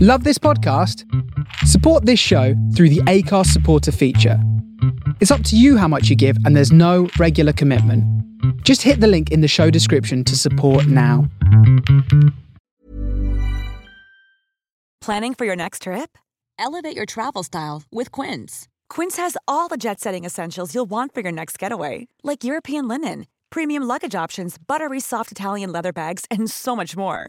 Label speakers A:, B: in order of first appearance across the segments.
A: Love this podcast? Support this show through the ACARS supporter feature. It's up to you how much you give, and there's no regular commitment. Just hit the link in the show description to support now.
B: Planning for your next trip? Elevate your travel style with Quince. Quince has all the jet setting essentials you'll want for your next getaway, like European linen, premium luggage options, buttery soft Italian leather bags, and so much more.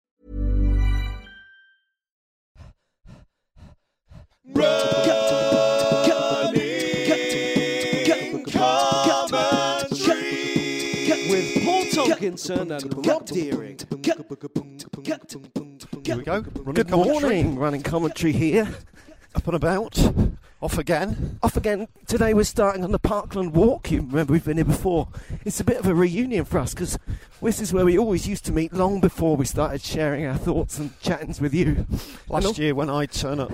C: with Paul Tolkinson and Rob Deering.
D: Here we go. Running
C: Good
D: commentary.
C: morning, running commentary here.
D: Up and about. Off again.
C: Off again. Today we're starting on the Parkland Walk. You remember we've been here before. It's a bit of a reunion for us because this is where we always used to meet long before we started sharing our thoughts and chattings with you.
D: Last
C: Hello.
D: year when I turn up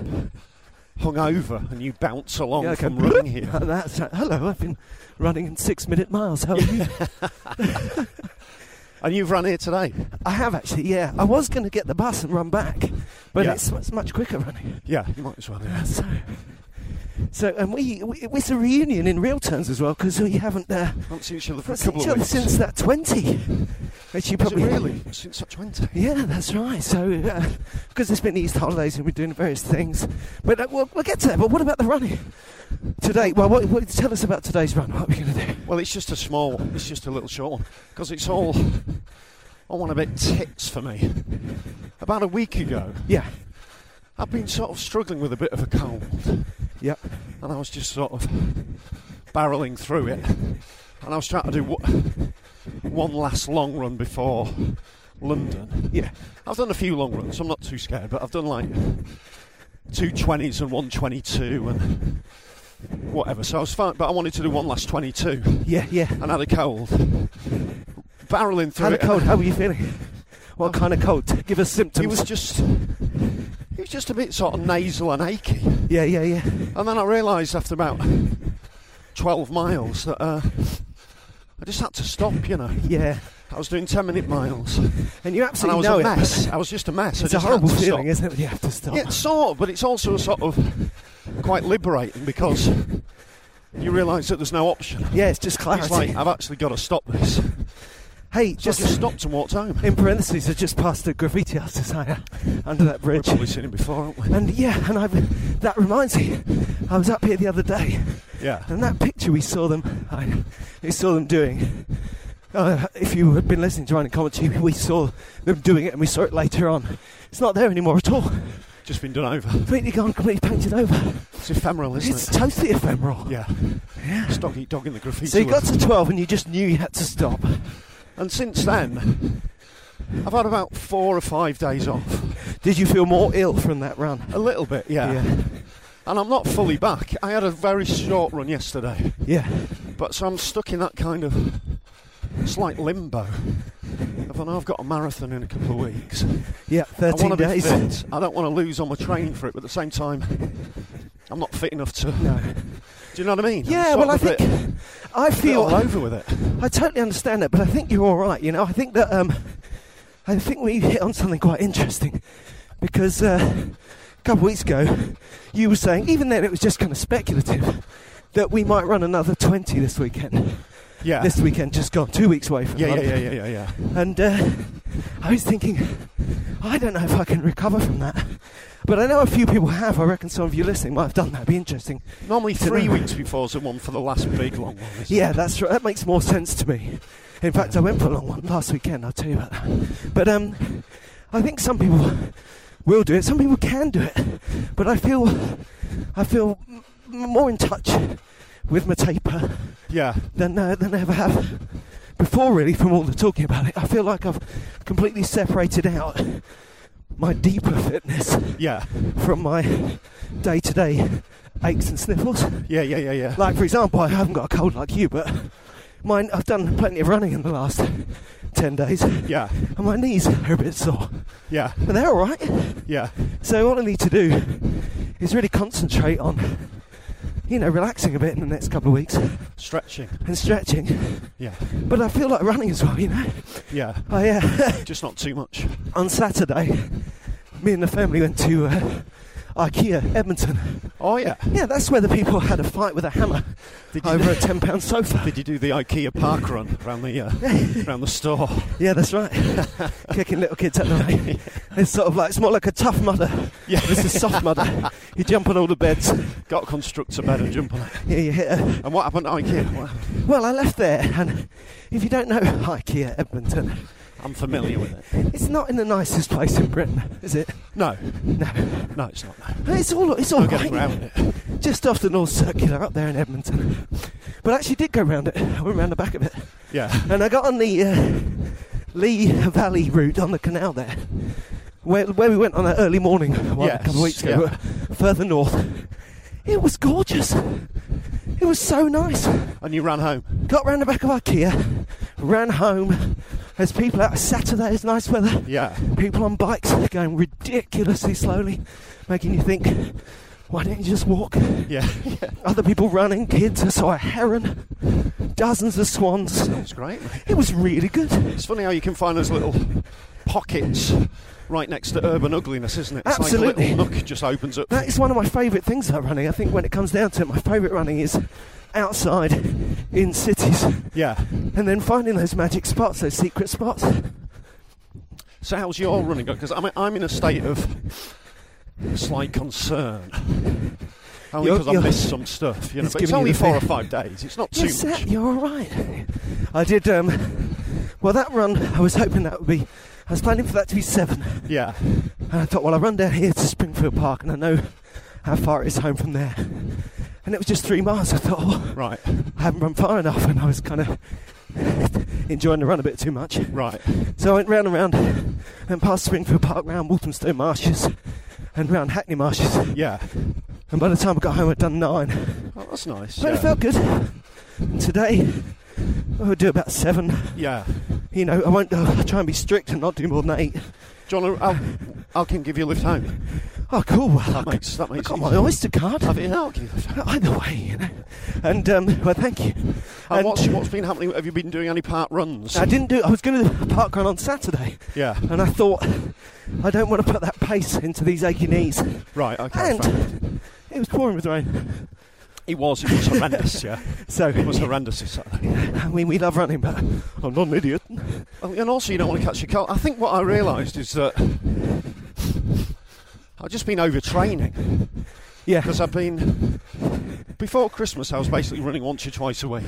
D: hungover and you bounce along
C: Yeah, I
D: from
C: go,
D: running here.
C: That's right. Hello, I've been running in six-minute miles. How are you?
D: And you've run here today.
C: I have actually. Yeah, I was going to get the bus and run back, but
D: Yeah.
C: it's, it's much quicker running.
D: Yeah, you might as well. yeah.
C: So, so and we, we it's a reunion in real terms as well because we haven't uh,
D: Haven't seen each other for a
C: haven't seen
D: couple
C: each
D: of
C: other
D: weeks.
C: since that twenty. Which you
D: Is it
C: probably
D: really? Since such 20.
C: Yeah, that's right. So because it's been Easter holidays and we're doing various things, but uh, we'll, we'll get to that. But what about the running today? Well, what, what, tell us about today's run. What are we going to do?
D: Well, it's just a small, it's just a little short one because it's all, I want a bit tits for me. About a week ago,
C: Yeah,
D: I've been sort of struggling with a bit of a cold.
C: yeah,
D: and I was just sort of barreling through it. And I was trying to do wha- one last long run before London.
C: yeah.
D: I've done a few long runs, so I'm not too scared, but I've done like two 20s and one 22 and whatever. So I was fine, but I wanted to do one last 22
C: Yeah, yeah.
D: and had a cold. Barreling through
C: How the
D: it.
C: cold? How were you feeling? What kind of cold? Give us symptoms.
D: It was just, it was just a bit sort of nasal and achy.
C: yeah, yeah, yeah.
D: And then I realised after about 12 miles that uh, I just had to stop, you know.
C: Yeah,
D: I was doing 10 minute miles
C: and you
D: and I
C: absolutely
D: was
C: know
D: a
C: it.
D: mess. I was just a mess. I
C: It's a
D: just had
C: horrible
D: to
C: feeling,
D: stop.
C: isn't it? You have to stop.
D: Yeah, it's sort of, but it's also sort of quite liberating because you realise that there's no option.
C: Yeah, it's just clarity.
D: It's like, I've actually got to stop this. So
C: hey,
D: just,
C: just
D: I just stopped and walked home.
C: in parentheses, I just passed a graffiti art designer under that
D: We've
C: bridge.
D: probably seen him before, haven't we?
C: And yeah, and I've, that reminds me, I was up here the other day,
D: Yeah.
C: and that picture we saw them, I, we saw them doing. Uh, if you had been listening to Running Commentary, we saw them doing it, and we saw it later on. It's not there anymore at all.
D: Just been done over.
C: Completely gone, completely painted over.
D: It's ephemeral, isn't
C: it's
D: it?
C: totally ephemeral.
D: yeah.
C: Yeah.
D: It's doggy dog in the graffiti.
C: So you
D: world.
C: got to 12 and you just knew you had to stop.
D: And since then, I've had about four or five days off.
C: Did you feel more ill from that run?
D: A little bit, yeah. And I'm not fully back. I had a very short run yesterday,
C: Yeah.
D: but so I'm stuck in that kind of slight limbo. Of, I know I've got a marathon in a couple of weeks.
C: Yeah,
D: I
C: 13
D: want to be
C: days.
D: fit. I don't want to lose on my training for it, but at the same time, I'm not fit enough to.
C: No.
D: Do you know what I mean? I'm
C: Yeah,
D: sort
C: well, I
D: of a
C: think
D: bit-
C: I
D: a bit all
C: feel
D: over with it.
C: I totally understand that, but I think you're all right. You know, I think that um, I think we hit on something quite interesting because uh, a couple of weeks ago you were saying, even then it was just kind of speculative, that we might run another 20 this weekend.
D: Yeah.
C: This weekend just gone, two weeks away from
D: Ah. yeah, yeah,
C: London.
D: yeah, yeah, yeah, yeah.
C: And uh, I was thinking, I don't know if I can recover from that. But I know a few people have. I reckon some of you listening might have done that. It'd be interesting.
D: Normally
C: To
D: three
C: know.
D: weeks before is the one for the last big long one. isn't it?
C: Yeah, that's right. That makes more sense to me. In fact, I went for a long one last weekend. I'll tell you about that. But um, I think some people will do it. Some people can do it. But I feel, I feel m- more in touch with my taper
D: Yeah.
C: than uh, than I ever have before. Really, from all the talking about it, I feel like I've completely separated out my deeper fitness
D: Yeah.
C: from my day-to-day aches and sniffles.
D: Yeah. Yeah. Yeah. Yeah.
C: Like, for example, I haven't got a cold like you, but mine, I've done plenty of running in the last 10 days, and
D: yeah.
C: my knees are a bit sore,
D: Yeah.
C: but they're all right.
D: Yeah.
C: So, what I need to do is really concentrate on, you know, relaxing a bit in the next couple of weeks
D: Stretching.
C: and stretching.
D: Yeah.
C: But I feel like running as well, you know.
D: Yeah.
C: I, uh,
D: Just not too much.
C: on Saturday, me and the family went to uh, IKEA, Edmonton.
D: Oh yeah.
C: Yeah, that's where the people had a fight with a hammer
D: Did you,
C: over a £10 sofa.
D: did you do the IKEA park run around the uh, around the store?
C: Yeah, that's right. Kicking little kids at the way. It's sort of like it's more like a tough mudder.
D: Yeah.
C: This is soft mudder. You jump on all the beds.
D: Got a constructor bed and jump on it.
C: Yeah, you hit a...
D: And what happened to IKEA? What happened?
C: Well, I left there, and if you don't know IKEA Edmonton,
D: I'm familiar with it.
C: it's not in the nicest place in Britain, is it?
D: No,
C: No.
D: no, it's not. No.
C: But It's all it's all
D: No getting
C: right.
D: around it.
C: Just off the North Circular up there in Edmonton. But I actually did go round it. I went round the back of it,
D: Yeah,
C: and I got on the uh, Lee Valley route on the canal there. Where, where we went on an early morning one, a
D: Yes,
C: couple of weeks ago, further north. It was gorgeous. It was so nice.
D: and you ran home.
C: Got round the back of IKEA, ran home. There's people out Saturday, it's nice weather.
D: Yeah,
C: People on bikes going ridiculously slowly, making you think, why don't you just walk?
D: yeah, yeah.
C: Other people running, kids. I saw a heron, dozens of swans.
D: It's great. mate.
C: It was really good.
D: It's funny how you can find those little pockets right next to urban ugliness, isn't it? It's
C: Absolutely.
D: Like a little nook just opens up.
C: That is one of my favourite things about running. I think when it comes down to it, my favourite running is outside in cities
D: Yeah.
C: and then finding those magic spots, those secret spots.
D: So how's your running going? Because I'm I'm in a state of slight concern. Only
C: You're-
D: because I
C: you're-
D: missed some stuff. You know,
C: It's
D: but it's
C: giving you
D: only
C: the
D: four or
C: fear.
D: five days. It's not too
C: Yes,
D: much.
C: Seth, you're all right. I did, um, well, that run, I was hoping that would be, I was planning for that to be seven.
D: Yeah,
C: And I thought, well, I'll run down here to Springfield Park and I know how far it is home from there. And it was just three miles. I thought, oh,
D: right,
C: I haven't run far enough and I was kind of enjoying the run a bit too much.
D: right.
C: So I went round and round and past Springfield Park, round Walthamstow Marshes and round Hackney Marshes.
D: Yeah.
C: And by the time I got home, I'd done nine.
D: Oh, that's nice.
C: But
D: yeah.
C: it felt good. And today, I would do about seven.
D: yeah.
C: You know, I won't I'll try and be strict and not do more than eight.
D: John, I'll, I'll can give you a lift home.
C: Oh, cool. Well,
D: That makes that
C: I
D: makes.
C: got
D: it
C: my
D: easy.
C: Oyster card.
D: Have it. I'll give you a lift home.
C: Either way, you know. And um, well, thank you.
D: And what's what's been happening? Have you been doing any part runs?
C: I didn't do. I was going to do a park run on Saturday,
D: Yeah.
C: and I thought I don't want to put that pace into these achy knees.
D: Right. Okay. fair.
C: And it was pouring with rain,
D: It was it was horrendous. Yeah.
C: so
D: It was horrendous. This Saturday.
C: I mean we love running, but I'm not an idiot.
D: Oh, And also, you don't want to catch a cold. I think what I realised is that I've just been overtraining
C: Yeah,
D: because I've been before Christmas. I was basically running once or twice a week.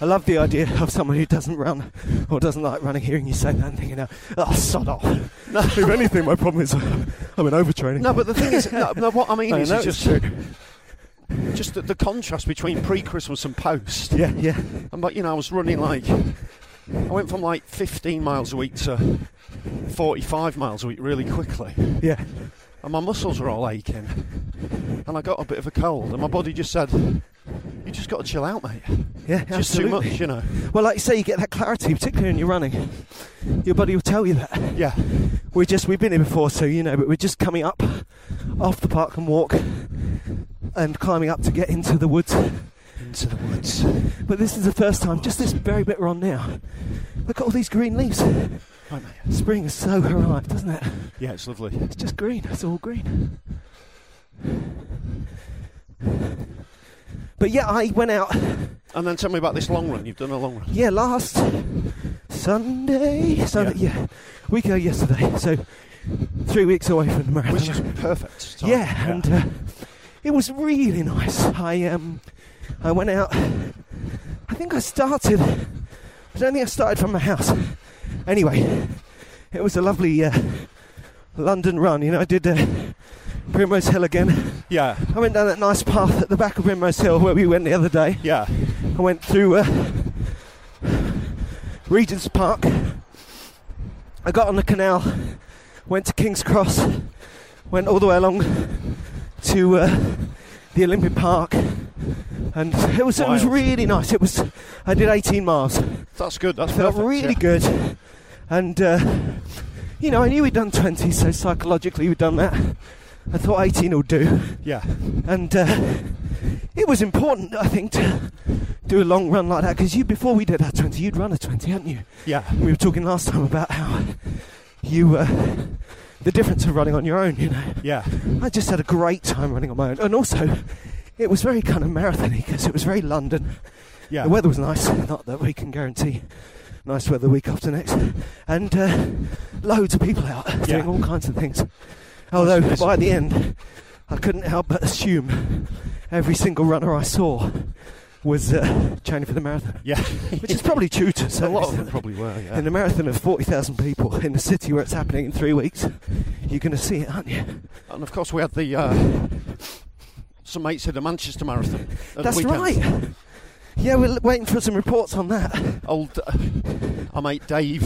C: I love the idea of someone who doesn't run or doesn't like running hearing you say that and thinking, "Oh, sod off."
D: No.
C: If anything, my problem is uh, I'm an overtraining.
D: No, but the thing is, no, no, what I mean
C: I
D: is
C: know,
D: it's
C: it's
D: just just the, the contrast between pre-Christmas and post.
C: Yeah, yeah,
D: And but you know, I was running like I went from like 15 miles a week to 45 miles a week really quickly, and
C: yeah.
D: my muscles were all aching, and I got a bit of a cold, and my body just said, "You just got to chill out, mate.
C: Yeah,
D: Just
C: absolutely.
D: too much, you know."
C: Well, like you say, you get that clarity, particularly when you're running. Your body will tell you that.
D: Yeah,
C: We're just, we've been here before, so you know, but we're just coming up off the park and walk and climbing up to get into the woods.
D: into the woods.
C: But this is the first time, just this very bit we're on now. Look at all these green leaves.
D: Right, mate.
C: Spring has so arrived, doesn't it?
D: Yeah, it's lovely.
C: It's just green, it's all green. But yeah, I went out,
D: And then tell me about this long run. You've done a long run.
C: yeah, last Sunday, Sunday, yeah, week ago yesterday, so three weeks away from the marathon.
D: Which is perfect. time.
C: Yeah, and uh, it was really nice. I um, I went out. I think I started I don't think I started from my house. Anyway, it was a lovely uh, London run. You know, I did uh, Primrose Hill again.
D: uh, Yeah,
C: I went down that nice path at the back of Primrose Hill where we went the other day.
D: yeah,
C: I went through uh, Regent's Park. I got on the canal, went to King's Cross, went all the way along to uh, the Olympic Park, and it was it was
D: Wild.
C: really nice. It was I did 18 miles.
D: that's good. That's
C: Felt
D: perfect,
C: really
D: yeah.
C: good, and uh, you know I knew we'd done 20, so psychologically we'd done that. I thought 18 will do
D: Yeah,
C: and uh, it was important, I think, to do a long run like that because you before we did our twenty, you'd run a twenty, hadn't you?
D: yeah,
C: We were talking last time about how you uh, the difference of running on your own. You know,
D: yeah,
C: I just had a great time running on my own, and also it was very kind of marathony because it was very London.
D: yeah.
C: The weather was nice, not that we can guarantee nice weather week after next, and uh, loads of people out doing
D: Yeah.
C: all kinds of things. Although
D: nice.
C: by the end, I couldn't help but assume every single runner I saw was uh, training for the marathon,
D: yeah.
C: which is probably true to
D: a
C: say.
D: lot of them probably were. Yeah.
C: In a marathon of 40,000 people in a city where it's happening in three weeks, you're going to see it, aren't you?
D: And of course, we had the uh, some mates at the Manchester Marathon. at the
C: That's
D: weekend.
C: right. Yeah, we're l- waiting for some reports on that.
D: Old uh, our mate Dave,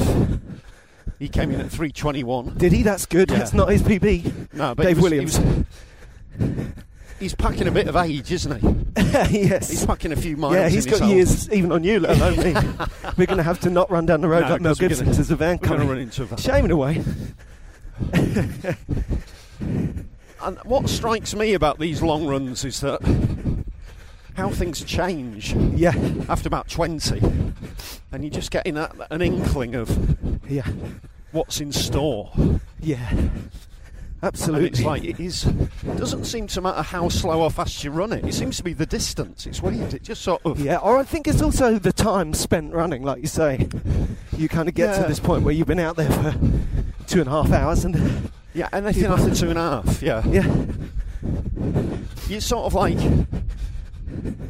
D: he came in at three twenty-one.
C: Did he? That's good.
D: Yeah.
C: That's not his PB.
D: No,
C: Dave
D: he was- he
C: Williams.
D: was- he's packing a bit of age, isn't he?
C: yes.
D: He's packing a few miles.
C: Yeah, he's
D: in
C: got
D: his old-
C: years even on you, let alone me. we're going to have to not run down the road
D: No,
C: like Mel
D: 'cause we're
C: Gibson
D: gonna-
C: because the van
D: We're going to
C: coming.
D: run into a van.
C: Shaming away.
D: And what strikes me about these long runs is that how things change
C: Yeah,
D: after about 20, and you're just getting a, an inkling of
C: yeah,
D: what's in store.
C: yeah.
D: And
C: Absolutely.
D: it's like it is doesn't seem to matter how slow or fast you run it. It seems to be the distance. It's weird. It just sort of
C: yeah, or I think it's also the time spent running, like you say. You kind of get
D: Yeah.
C: to this point where you've been out there for two and a half hours, and
D: yeah. Anything after two and a half, yeah.
C: yeah,
D: You sort of like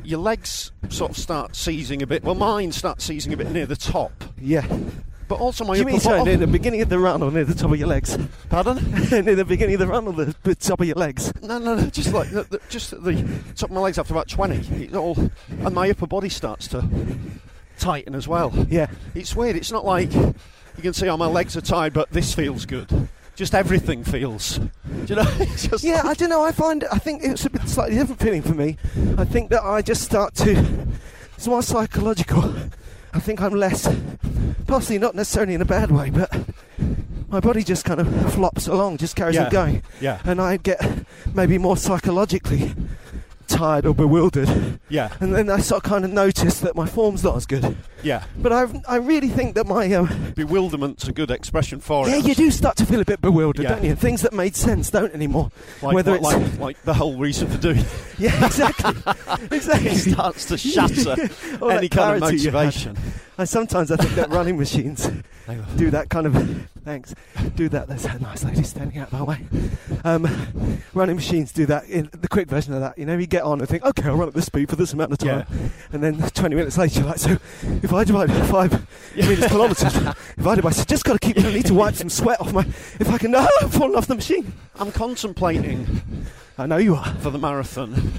D: your legs sort of start seizing a bit. Well, mine start seizing a bit near the top,
C: yeah.
D: Oh, but also my
C: Do you
D: upper
C: mean sorry,
D: bottom.
C: near the beginning of the run or near the top of your legs?
D: Pardon?
C: near the beginning of the run or the, the top of your legs?
D: No, no, no. Just like the, the, just at the top of my legs after about twenty, it all, and my upper body starts to tighten as well.
C: Yeah,
D: It's weird. It's not like you can see, oh, my legs are tired, but this feels good. Just everything feels. Do you know? It's just
C: Yeah,
D: like-
C: I don't know. I find I think it's a bit slightly different feeling for me. I think that I just start to. It's more psychological. I think I'm less, possibly not necessarily in a bad way, but my body just kind of flops along, just carries
D: yeah.
C: on going,
D: Yeah,
C: and I get maybe more psychologically tired or bewildered,
D: yeah,
C: and then I sort of kind of notice that my form's not as good.
D: yeah.
C: But I, I really think that my um,
D: Bewilderment's a good expression for
C: yeah,
D: it.
C: you do start to feel a bit bewildered,
D: Yeah.
C: don't you? Things that made sense don't anymore.
D: Like,
C: whether
D: like,
C: it's-
D: like, like the whole reason for doing it
C: Yeah, exactly, exactly.
D: starts to shatter
C: All that
D: any kind of
C: clarity you had.
D: motivation.
C: I sometimes I think that running machines do that kind of thanks. Do that. There's a nice lady standing out that way. Um, running machines do that. In the quick version of that, you know, you get on and think, okay, I'll run at this speed for this amount of time, and then 20 minutes later, you're like, so if I divide by five meters kilometers divided by, so just got to keep. I need to wipe some sweat off my. If I can, no, I've fallen off the machine.
D: I'm contemplating
C: I know you are.
D: for the marathon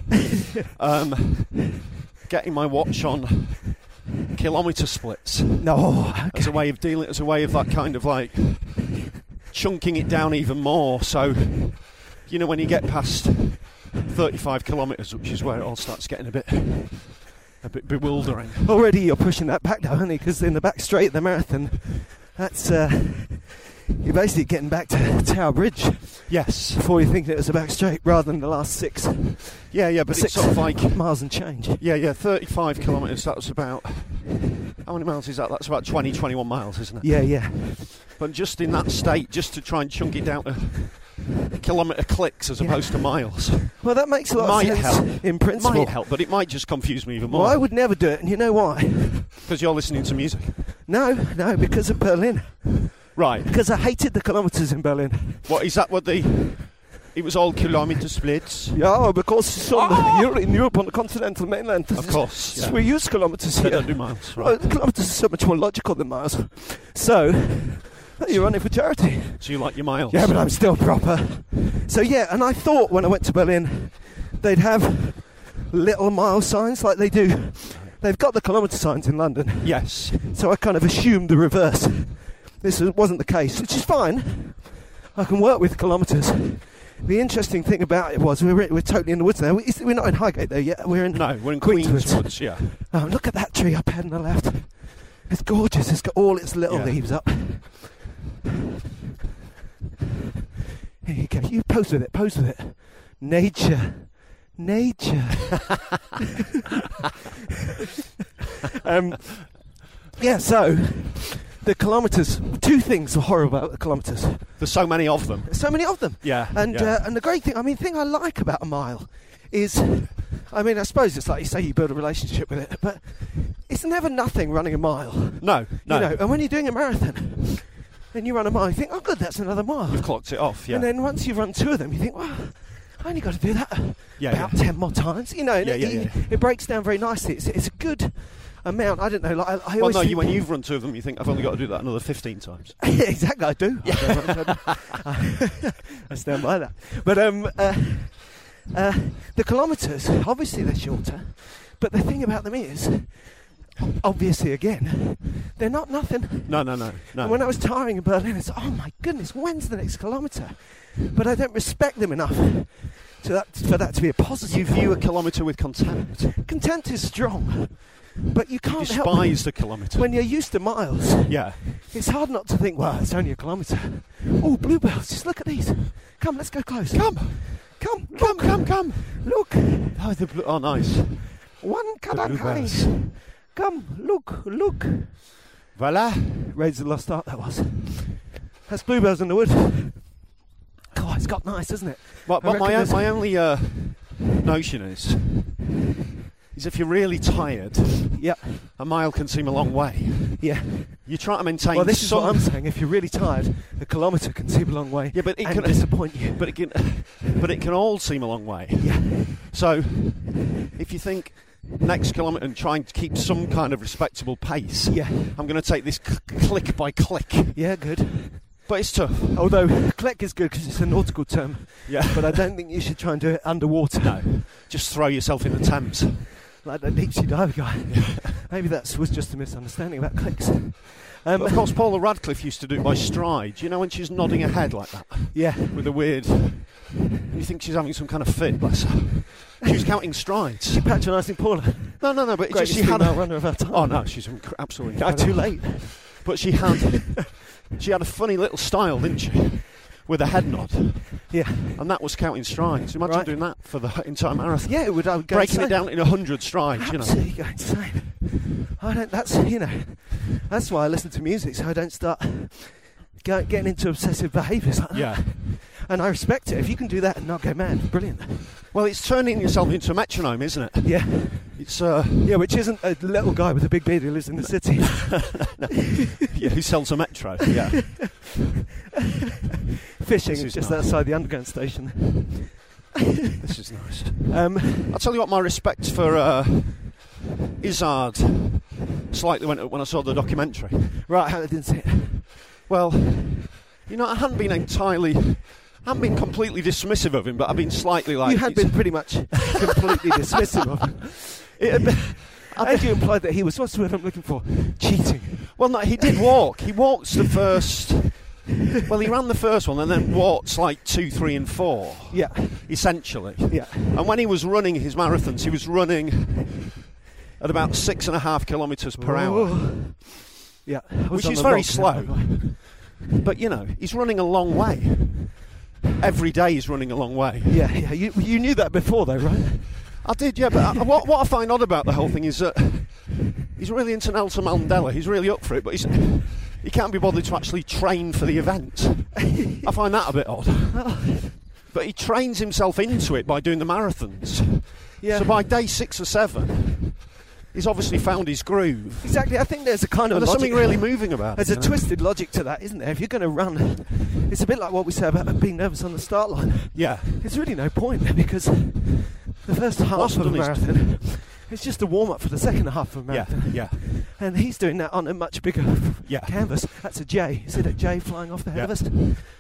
D: um, getting my watch on kilometre splits.
C: No,
D: as a way of dealing, as a way of that kind of like chunking it down even more. So, you know, when you get past 35 kilometres, which is where it all starts getting a bit, a bit bewildering.
C: already you're pushing that back now, aren't you? Because in the back straight of the marathon, that's uh, you're basically getting back to Tower Bridge
D: Yes.
C: before you think it was a back straight, rather than the last six,
D: Yeah, yeah, but
C: six
D: it's sort of like,
C: miles and change.
D: yeah, yeah, 35 kilometres. That's about how many miles is that? That's about 20, 21 miles, isn't it?
C: Yeah, yeah,
D: But just in that state, just to try and chunk it down to kilometre clicks as
C: Yeah.
D: opposed to miles.
C: well, that makes a lot
D: Might
C: of sense
D: help.
C: in
D: It
C: principle.
D: might help, but it might just confuse me even
C: Well, I
D: more
C: would never do it, and you know why?
D: because you're listening to music.
C: No, no, because of Berlin.
D: Right.
C: Because I hated the kilometres in Berlin.
D: What is that? What the It was all kilometer splits.
C: Yeah, because it's on the, you're in Europe on the continental mainland.
D: Of course,
C: It's-
D: yeah.
C: we use kilometres
D: They
C: here.
D: don't do miles.
C: Well,
D: Right.
C: kilometres is so much more logical than miles. So, you're running for charity.
D: So you like your miles?
C: Yeah, but I'm still proper. So yeah, and I thought when I went to Berlin, they'd have little mile signs like they do. They've got the kilometre signs in London,
D: Yes.
C: so I kind of assumed the reverse. This was- wasn't the case, which is fine. I can work with kilometres. The interesting thing about it was we were, we're totally in the woods now. We- We're not in Highgate though yet. We're in.
D: No, we're in
C: Queenswood.
D: Queenswoods. Yeah.
C: Oh, look at that tree up ahead on the left. It's gorgeous. It's got all its little
D: Yeah.
C: leaves up. Here you go. You pose with it. Pose with it. Nature. Nature. um, yeah, so the kilometres, two things were horrible about the kilometres.
D: There's so many of them.
C: So many of them.
D: Yeah.
C: And
D: yeah.
C: uh, and the great thing, I mean, thing I like about a mile is, I mean, I suppose it's like you say, you build a relationship with it, but it's never nothing running a mile.
D: no, no.
C: You know, and when you're doing a marathon, and you run a mile, you think, oh, good, that's another mile.
D: You've clocked it off. Yeah.
C: And then once you've run two of them, you think, well, I only got to do that
D: Yeah,
C: about
D: yeah.
C: ten more times. You know, and
D: Yeah,
C: it,
D: yeah, yeah.
C: it breaks down very nicely. It's, it's a good amount. I don't know. Like I, I
D: well,
C: always
D: no.
C: think,
D: You, when you've run two of them, you think I've only got to do that another 15 times.
C: exactly, I do. I stand by that. But um, uh, uh, the kilometres, obviously they're shorter, but the thing about them is, obviously again, they're not nothing.
D: No, no, no, no.
C: And when I was tiring in Berlin, it's oh my goodness, when's the next kilometre? But I don't respect them enough to that, for that to be a
D: you
C: positive
D: view a kilometre with contempt.
C: Content is strong, but you can't
D: Despise
C: help
D: the kilometre.
C: when you're used to miles.
D: yeah.
C: It's hard not to think, well, it's only a kilometre. Oh, bluebells, just look at these. Come, let's go close. Come, come, come, come, come. Look,
D: Oh, the blue, oh nice.
C: one
D: bluebells.
C: kadakai. Come, look, look.
D: Voila.
C: Raids of the Lost Ark, that was. That's bluebells in the wood. God, it's got nice, isn't it?
D: My,
C: I
D: my,
C: reckon
D: my,
C: there's-
D: my only uh, notion is is if you're really tired,
C: Yeah,
D: a mile can seem a long way.
C: yeah.
D: You try to maintain.
C: Well, this is
D: some,
C: what I'm saying. If you're really tired, a kilometre can seem a long way.
D: Yeah, but it
C: and
D: can-
C: disappoint you.
D: but it can, but it can all seem a long way.
C: yeah,
D: So, if you think next kilometre and trying to keep some kind of respectable pace,
C: yeah,
D: I'm going to take this c- click by click.
C: yeah. Good.
D: But it's tough.
C: Although click is good because it's a nautical term,
D: Yeah.
C: but I don't think you should try and do it underwater.
D: No. Just throw yourself in the Thames.
C: like that deep sea diver guy. Maybe that was just a misunderstanding about clicks. Um,
D: But of course, Paula Radcliffe used to do it by stride. You know when she's nodding her head like that
C: yeah,
D: with a weird. You think she's having some kind of fit, bless her. She was counting strides.
C: patronising Paula.
D: No, no, no. But it's
C: Greatest
D: just she had.
C: female
D: A,
C: runner of our time.
D: oh no, she's inc- absolutely.
C: Ah,
D: incredible.
C: too late.
D: But she had. she had a funny little style, didn't she? With a head nod,
C: Yeah,
D: and that was counting strides. Imagine
C: Right.
D: doing that for the entire marathon.
C: yeah. It would, I would go
D: Breaking
C: insane.
D: it down into hundred strides, you know.
C: Absolutely go insane. I don't. That's you know. That's why I listen to music so I don't start go, getting into obsessive behaviours like that.
D: Yeah.
C: And I respect it. If you can do that and not go mad, brilliant.
D: Well, it's turning yourself into a metronome, isn't it?
C: Yeah.
D: It's uh,
C: Yeah, which isn't a little guy with a big beard who lives in the city.
D: yeah, who sells a metro? Yeah.
C: fishing
D: This is
C: just
D: nice.
C: outside the underground station.
D: This is nice.
C: Um,
D: I'll tell you what, my respect for uh, Izzard slightly went up when I saw the documentary.
C: right, I didn't see it.
D: Well, you know, I hadn't been entirely, I hadn't been completely dismissive of him, but I've been slightly like.
C: you had been
D: it's-
C: pretty much completely dismissive of him.
D: it had been-
C: I think you implied that he was, what's the word I'm looking for? Cheating.
D: well, no, he did walk. He walked the first. Well, he ran the first one and then walked like two, three, and four,
C: Yeah,
D: essentially.
C: yeah.
D: And when he was running his marathons, he was running at about six and a half kilometres per hour.
C: Ooh. Yeah. I was
D: Which
C: on
D: is
C: the
D: very
C: rock,
D: slow.
C: by the way.
D: But you know, he's running a long way. Every day he's running a long way.
C: Yeah, yeah. You, you knew that before, though, right?
D: I did, yeah. But I, what, what I find odd about the whole thing is that he's really into Nelson Mandela. He's really up for it, but he's, he can't be bothered to actually train for the event. I find that a bit odd. But he trains himself into it by doing the marathons.
C: Yeah.
D: So by day six or seven, he's obviously found his groove.
C: Exactly. I think there's a kind of
D: And there's
C: logic-
D: something really moving about
C: There's
D: it.
C: a
D: you know?
C: twisted logic to that, isn't there? If you're going to run, it's a bit like what we say about being nervous on the start line.
D: Yeah.
C: There's really no point because the first half
D: What's
C: of a
D: done is-
C: marathon is just a warm up for the second half of a
D: Yeah.
C: marathon.
D: Yeah.
C: And he's doing that on a much bigger
D: Yeah.
C: canvas. That's a J. See that J flying off the head
D: Yeah.
C: of us?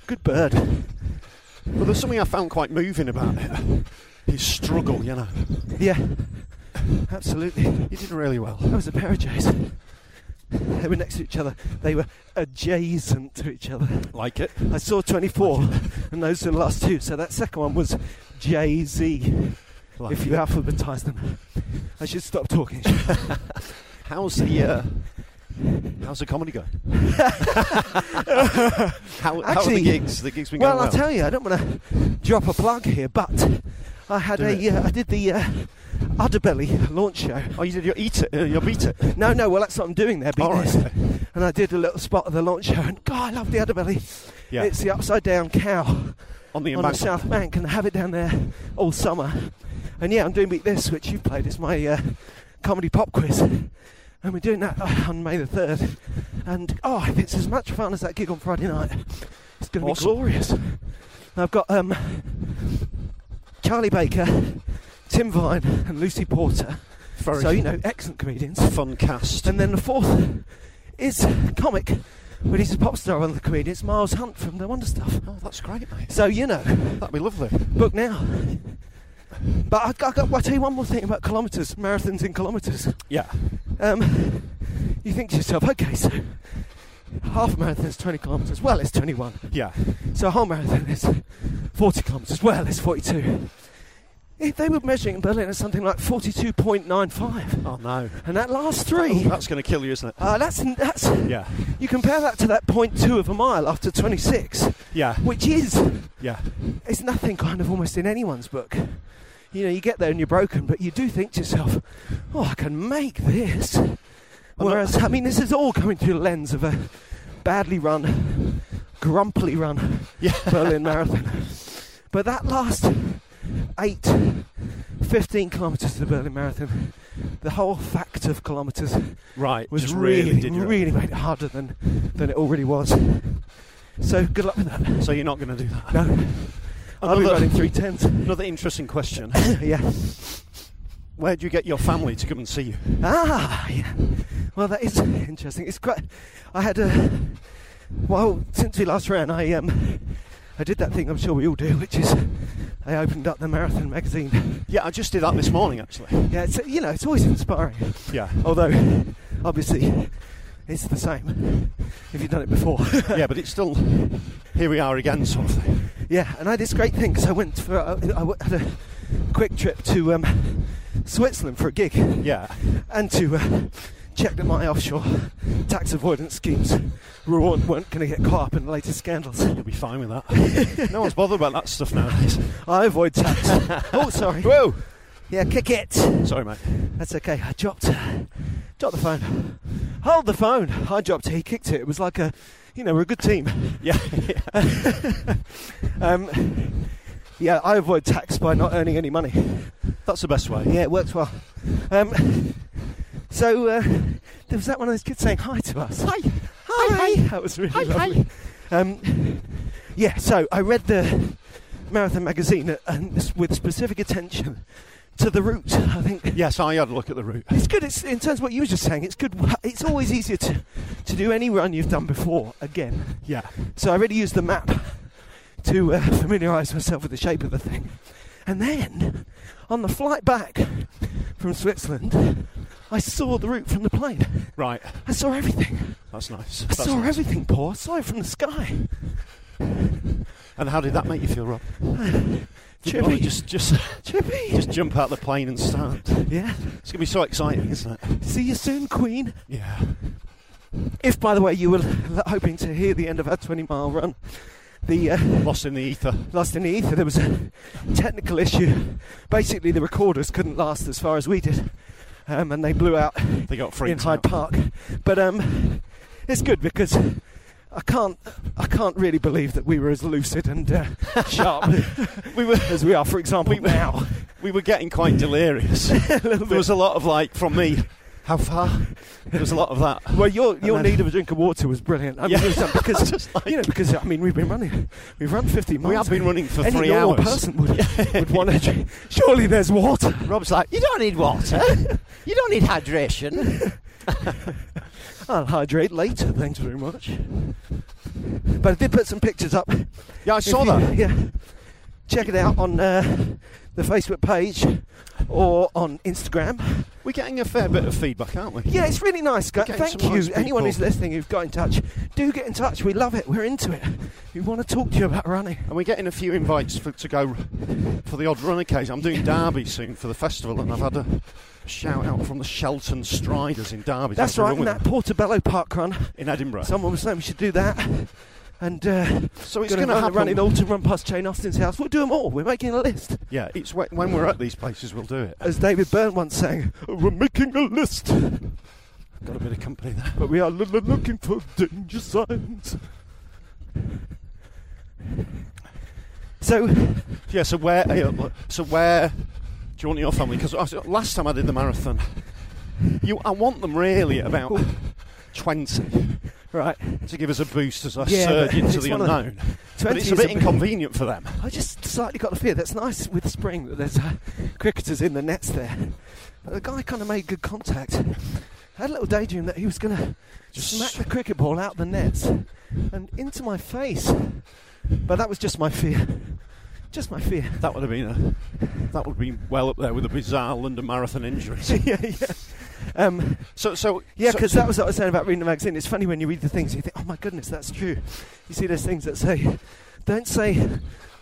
C: Good bird.
D: Well, there's something I found quite moving about it. His struggle, you know.
C: Yeah, absolutely.
D: He did really well.
C: That was a pair of J's. They were next to each other. They were adjacent to each other.
D: Like it.
C: I saw 24, and those are the last two. So that second one was Jay Z.
D: Like
C: If you
D: it.
C: alphabetise them, I should stop talking.
D: How's the uh, How's the comedy going? how, how are the
C: Actually-
D: gigs? The gigs been
C: well,
D: going
C: I'll tell you, I don't want to drop a plug here, but I had
D: Do
C: a,
D: it.
C: uh, I did the uh, Udderbelly launch show.
D: Oh, you did your eat it. Uh, your beat it.
C: No, no, well, that's what I'm doing there,
D: All
C: because
D: right.
C: And I did a little spot of the launch show, and God, I love the Udderbelly.
D: Yeah.
C: It's the upside down cow.
D: on the
C: on the
D: embankment.
C: South Bank and have it down there all summer. And yeah, I'm doing Beat This, which you played. It's my uh, comedy pop quiz. And we're doing that uh, on May the 3rd. And oh, if it's as much fun as that gig on Friday night, it's going to
D: Awesome.
C: be glorious. And I've got um, Charlie Baker, Tim Vine, and Lucy Porter.
D: Very
C: so, you know, excellent comedians.
D: fun cast.
C: And then the fourth is a comic, but he's a pop star on the comedians, Miles Hunt from The Wonder Stuff.
D: oh, that's great, mate.
C: So, you know,
D: That'd be lovely.
C: book now. But I, I, I'll tell you one more thing about kilometres, marathons in kilometres.
D: Yeah.
C: Um, you think to yourself, okay, so half marathon is 20 kilometres, well, it's 21.
D: Yeah.
C: So a whole marathon is 40 kilometres, well, it's 42. If they were measuring in Berlin at something like 42.95,
D: Oh no.
C: and that last
D: Oh,
C: three,
D: that's going to kill you, isn't it?
C: uh, that's, that's,
D: Yeah.
C: you compare that to that 0.2 of a mile after 26,
D: Yeah.
C: which is
D: Yeah.
C: it's nothing kind of almost in anyone's book. You know, you get there and you're broken, but you do think to yourself, oh, I can make this. Whereas, I mean, this is all coming through the lens of a badly run, grumpily run
D: Yeah.
C: Berlin Marathon. But that last eight, 15 kilometres of the Berlin Marathon, the whole fact of kilometres
D: Right.
C: was
D: just
C: really,
D: did
C: really,
D: you.
C: made it harder than, than it already was. So good luck with that.
D: So you're not going to do that.
C: No, I'll be
D: Another-
C: running three tens.
D: Another interesting question.
C: yeah.
D: Where do you get your family to come and see you?
C: Ah, yeah. Well, that is interesting. It's quite. I had a. Well, since we last ran, I um, I did that thing I'm sure we all do, which is I opened up the marathon magazine.
D: Yeah, I just did that this morning, actually.
C: Yeah, it's you know it's always inspiring.
D: Yeah.
C: Although, obviously, it's the same if you've done it before.
D: yeah, but it's still here we are again, sort of thing.
C: Yeah, and I had this great thing because I went for I, I had a quick trip to um, Switzerland for a gig.
D: Yeah.
C: and to uh, check that my offshore tax avoidance schemes were, weren't, weren't going to get caught up in the latest scandals.
D: You'll be fine with that. no one's bothered about that stuff nowadays.
C: I avoid tax. oh, sorry.
D: Whoa.
C: Yeah, kick it.
D: Sorry, mate.
C: That's okay. I dropped, dropped the phone. Hold the phone. I dropped it. He kicked it. It was like a, you know, we're a good team.
D: Yeah.
C: Um, yeah, I avoid tax by not earning any money.
D: That's the best way.
C: Yeah, it works well. Um, so uh, there was that one of those kids saying hi to us. Hi, hi, hi. That was really lovely. Um, yeah, so I read the marathon magazine uh, and s- with specific attention to the route. I think
D: Yes, I had a look at the route.
C: it's good. It's in terms of what you were just saying. It's good. It's always easier to to do any run you've done before again.
D: Yeah.
C: So I really used the map to uh, familiarise myself with the shape of the thing. And then, on the flight back from Switzerland, I saw the route from the plane.
D: Right.
C: I saw everything.
D: That's nice.
C: I
D: That's
C: saw
D: nice.
C: everything, Paul. I saw it from the sky.
D: And how did that make you feel, Rob? Did you
C: Chippy.
D: wanna Just, just,
C: Chippy.
D: just jump out the plane and start.
C: yeah.
D: It's gonna be so exciting, isn't it?
C: See you soon, Queen.
D: Yeah.
C: If, by the way, you were l- hoping to hear the end of our 20 mile run, the. Uh,
D: Lost in the ether.
C: Lost in the ether, there was a technical issue. Basically, the recorders couldn't last as far as we did, um, and they blew out
D: They got freaked
C: in Hyde
D: out.
C: Park. But um, it's good because I can't I can't really believe that we were as lucid and uh, sharp
D: We were,
C: as we are. For example,
D: We were-
C: now
D: we were getting quite delirious. there was a lot of like from me. How far? There's a lot of that.
C: Well, your your
D: then-
C: need of a drink of water was brilliant. I mean,
D: Yeah.
C: it was done because
D: Just like-
C: you know because I mean we've been running, we've run 50 miles.
D: We have been running for
C: Any
D: three
C: normal
D: hours.
C: person would, would want a drink. Surely there's water.
E: Rob's like, you don't need water. you don't need hydration.
C: I'll hydrate later. Thanks very much. But I did put some pictures up.
D: Yeah, I
C: If
D: saw
C: you-
D: that.
C: Yeah. Check it out on uh, the Facebook page or on Instagram.
D: We're getting a fair bit of feedback, aren't we?
C: Yeah, it's really nice. gu-
D: Getting
C: Thank
D: some
C: you.
D: nice
C: Anyone who's
D: people.
C: listening who've got in touch, do get in touch. We love it. We're into it. We want to talk to you about running.
D: And we're getting a few invites for, to go for the odd run occasion. I'm doing Derby soon for the festival, and I've had a shout out from the Shelton Striders in Derby. to
C: That's
D: have
C: right.
D: a
C: And
D: run with
C: that
D: them
C: Portobello Park run.
D: in Edinburgh.
C: Someone was saying we should do that. And uh,
D: so it's
C: gonna
D: going to
C: run
D: happen.
C: Running all to run past Jane Austen's house. We'll do them all. We're making a list.
D: yeah, it's whe- when we're at these places we'll do it.
C: As David Byrne once sang, we're making a list.
D: Got a bit of company there.
C: But we are l- l- looking for danger signs. So,
D: Yeah. So where? hey, look, So where? Do you want your family? Because last time I did the marathon, you I want them really at about twenty
C: right.
D: to give us a boost as I
C: Yeah,
D: surge
C: but
D: into
C: it's
D: the
C: one of the-
D: unknown.
C: 20
D: But it's
C: is
D: a bit
C: a bit-
D: inconvenient for them.
C: I just slightly got the fear. That's nice with spring that there's uh, cricketers in the nets there. But the guy kind of made good contact. had a little daydream that he was going to
D: Just-
C: smack the cricket ball out the nets and into my face. But that was just my fear. Just my fear.
D: That would have been a, that would be well up there with the bizarre London Marathon injuries.
C: yeah, yeah. Um,
D: So, so
C: yeah,
D: so-
C: because that was what I was saying about reading the magazine. It's funny when you read the things, you think, oh my goodness, that's true. You see those things that say, don't say,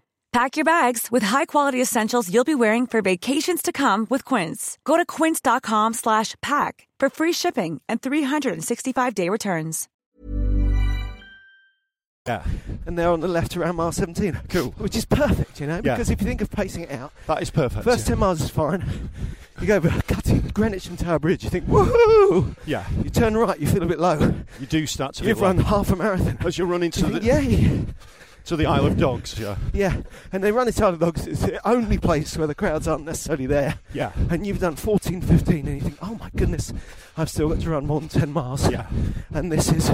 B: Pack your bags with high-quality essentials you'll be wearing for vacations to come with Quince. Go to quince.com slash pack for free shipping and 365-day returns.
D: Yeah.
C: And they're on the left around mile 17.
D: Cool.
C: Which is perfect, you know,
D: Yeah.
C: because if you think of pacing it out,
D: That is perfect.
C: First
D: yeah.
C: 10 miles is fine. You go over cutting Greenwich from Tower Bridge, you think, woohoo!
D: Yeah,
C: You turn right, you feel a bit low.
D: you do start to.
C: You've
D: feel
C: run
D: like-
C: half a marathon.
D: as you run into
C: You
D: the
C: think, yay!
D: to the Isle of Dogs. Yeah,
C: Yeah, and they run it out of dogs. It's the only place where the crowds aren't necessarily there.
D: yeah,
C: And you've done 14, 15, and you think, oh my goodness, I've still got to run more than 10 miles.
D: yeah,
C: And this is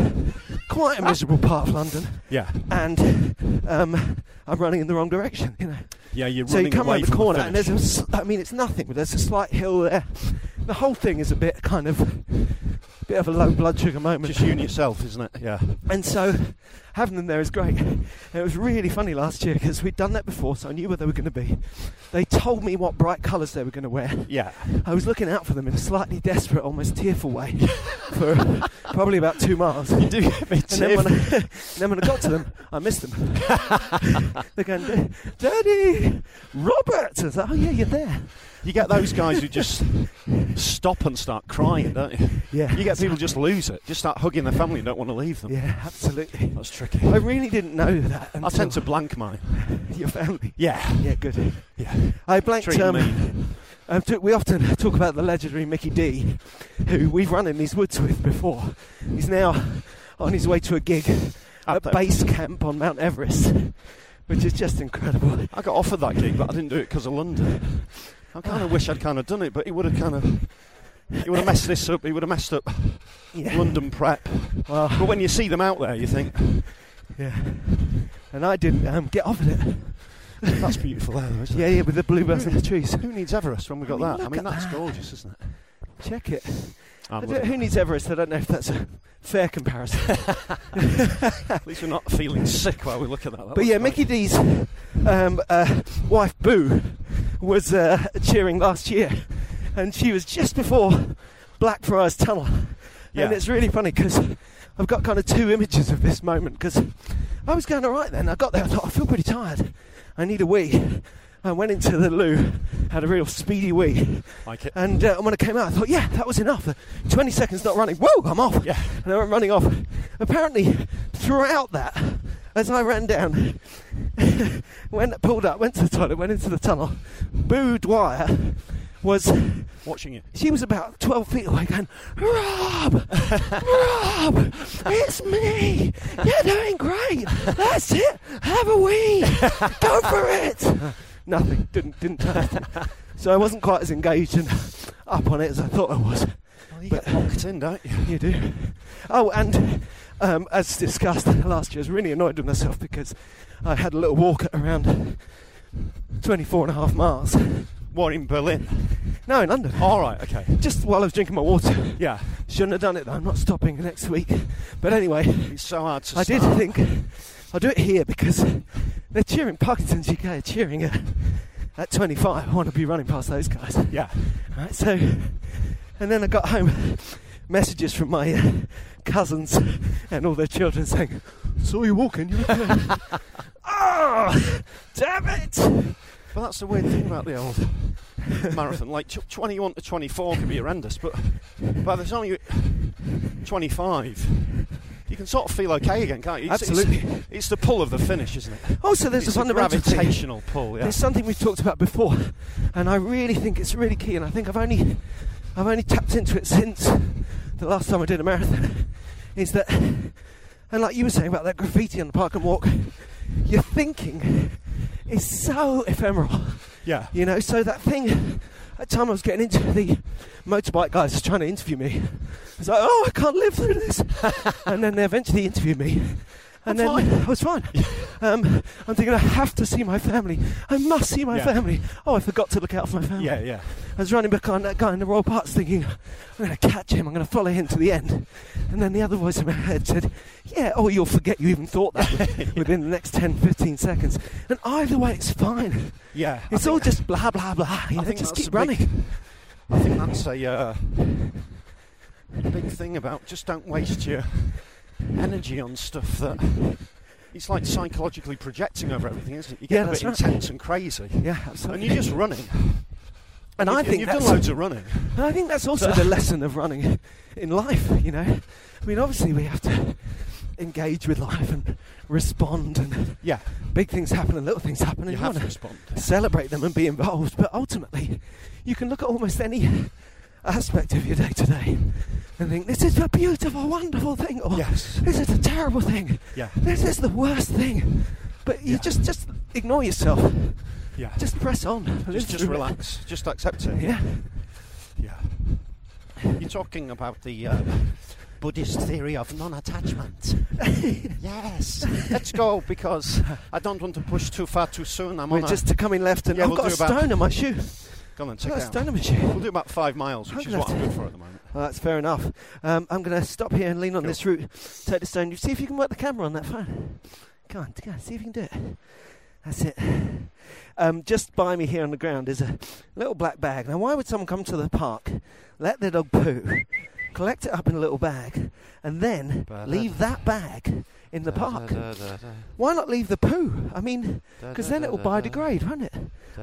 C: quite a miserable part of London.
D: yeah,
C: And um, I'm running in the wrong direction, you know.
D: yeah. You're
C: So you
D: running
C: come
D: away
C: around the
D: from
C: corner,
D: the
C: and there's a,
D: finish.
C: s- I mean, it's nothing, but there's a slight hill there. The whole thing is a bit kind of, bit of a low blood sugar moment.
D: just you and yourself, isn't it? Yeah,
C: And so having them there is great. And it was really funny last year because we'd done that before, so I knew where they were going to be. They told me what bright colours they were going to wear.
D: yeah,
C: I was looking out for them in a slightly desperate, almost tearful way for probably about two miles.
D: you do get me
C: And then, when I,
D: too.
C: and then when I got to them, I missed them. They're going, Daddy, Robert. I was like, oh, yeah, you're there.
D: You get those guys who just stop and start crying, don't you?
C: Yeah.
D: You get people just lose it, just start hugging their family and don't want to leave them.
C: Yeah, absolutely.
D: That's tricky.
C: I
D: I,
C: really didn't know that. Until
D: tend to blank mine.
C: Your family.
D: Yeah,
C: Yeah, good.
D: yeah.
C: I blanked.
D: Treat
C: um,
D: 'em mean.
C: Um, t- we often talk about the legendary Mickey D, who we've run in these woods with before. He's now on his way to a gig
D: Up
C: at
D: there.
C: base camp on Mount Everest, which is just incredible.
D: I got offered that gig, but I didn't do it because of London. I kind of wish I'd kind of done it, but he would have kind of. He would have messed this up. He would have messed up
C: Yeah.
D: London prep.
C: Well,
D: But when you see them out there, you think
C: yeah. And I didn't um, get offered it.
D: that's beautiful there, though, isn't
C: Yeah,
D: it?
C: yeah, with the bluebirds in the trees.
D: Who needs Everest when we got
C: I mean,
D: that? I
C: look
D: mean,
C: at
D: that's
C: that.
D: gorgeous, isn't it?
C: Check it.
D: I'm
C: I don't-
D: loving
C: who needs Everest? I don't know if that's a fair comparison.
D: it. At least we're not feeling sick while we look at that. That
C: But yeah,
D: looks
C: Mickey D's um, uh, wife Boo was uh, cheering last year, and she was just before Blackfriars Tunnel.
D: Yeah.
C: And it's really funny because I've got kind of two images of this moment because I was going all right then. I got there, I thought I feel pretty tired. I need a wee. I went into the loo, had a real speedy wee,
D: great. Like it.
C: and uh, when I came out, I thought, yeah, that was enough. 20 seconds not running. Whoa, I'm off.
D: Yeah.
C: And I went running off. Apparently, throughout that, as I ran down, went, pulled up, went to the toilet, went into the tunnel, Boo Dwyer was,
D: Watching you.
C: she was about 12 feet away going, Rob, Rob, it's me. You're doing great. That's it. Have a wee. Go for it. Nothing. Didn't, didn't. do anything. So I wasn't quite as engaged and up on it as I thought I was.
D: Well, you
C: But-
D: get locked in, don't you?
C: You do. Oh, and um, as discussed last year, I was really annoyed with myself because I had a little walk at around 24 and a half miles.
D: What in Berlin?
C: No, in London.
D: All right. Okay.
C: Just while I was drinking my water.
D: Yeah.
C: Shouldn't have done it though. I'm not stopping next week. But anyway,
D: It's so hard to.
C: I did
D: start.
C: think I'll do it here because they're cheering Parkinson's UK are cheering at, at 25. I want to be running past those guys.
D: Yeah.
C: Right, so, and then I got home, messages from my uh, cousins and all their children saying, "Saw you walking, you look good." oh, damn it!
D: But that's the weird thing about the old marathon. Like tw- 21 to 24 can be horrendous, but by the time you're 25, you can sort of feel okay again, can't you? It's, it's-
C: Absolutely.
D: It's, the pull of the finish, isn't it?
C: Also, there's
D: it's
C: a
D: the
C: fundamental thing.
D: gravitational pull. Yeah.
C: There's something we've talked about before, and I really think it's really key. And I think I've only, I've only tapped into it since the last time I did a marathon. Is that, and like you were saying about that graffiti on the park and walk, your thinking is so ephemeral.
D: yeah.
C: You know, so that thing, at the time I was getting into the motorbike guys was trying to interview me. I was like, oh, I can't live through this. and then they eventually interviewed me. And
D: I'm
C: then
D: fine.
C: I was fine. Um, I'm thinking, I have to see my family. I must see my
D: Yeah.
C: family. Oh, I forgot to look out for my family.
D: Yeah. Yeah.
C: I was running behind that guy in the Royal Parts thinking, I'm going to catch him, I'm going to follow him to the end. And then the other voice in my head said, Yeah, oh, you'll forget you even thought that within the next 10, 15 seconds. And either way, it's fine.
D: Yeah. I
C: It's
D: think-
C: all just blah, blah, blah. You
D: I
C: know,
D: think
C: just
D: that's
C: keep
D: a big-
C: running.
D: I think that's a uh, big thing about just don't waste your energy on stuff that it's like psychologically projecting over everything, isn't it? You get
C: Yeah,
D: a
C: that's
D: bit
C: right.
D: intense and crazy,
C: Yeah,
D: and
C: absolutely.
D: you're just running.
C: And
D: If
C: I
D: you-
C: think
D: you've done
C: that's,
D: loads of running.
C: and I think that's also the lesson of running in life, you know. I mean, obviously, we have to engage with life and respond, and
D: Yeah,
C: big things happen and little things happen, and
D: you
C: you
D: have
C: want
D: to
C: to
D: respond.
C: celebrate them and be involved. But ultimately, you can look at almost any aspect of your day to day and think, this is a beautiful, wonderful thing, or
D: Yes.
C: this is a terrible thing,
D: Yeah.
C: this is the worst thing. But you
D: Yeah.
C: just just ignore yourself,
D: Yeah.
C: just press on, Live
D: just, just
C: through it.
D: relax. Just accept it.
C: Yeah,
D: Yeah. You're talking about the uh, Buddhist theory of non-attachment. yes. Let's go because I don't want to push too far too soon. I'm
C: We're
D: on a-
C: just coming left, and
D: Yeah,
C: I've
D: we'll
C: got a
D: do about-
C: stone in my shoe.
D: Go on, then,
C: I've
D: check
C: got a
D: it out.
C: stone in my shoe.
D: We'll do about five miles, which
C: I'm
D: is
C: gonna
D: what I'm
C: have to-
D: good for at the moment.
C: Well, that's fair enough. Um, I'm going to stop here and lean on
D: Cool.
C: this route, take the stone. You see if you can work the camera on that phone. Come on, come on, see if you can do it. That's it. Um, just by me here on the ground is a little black bag. Now, why would someone come to the park, let their dog poo, collect it up in a little bag, and then leave that bag in the park? Why not leave the poo? I mean, because then it will biodegrade, won't it?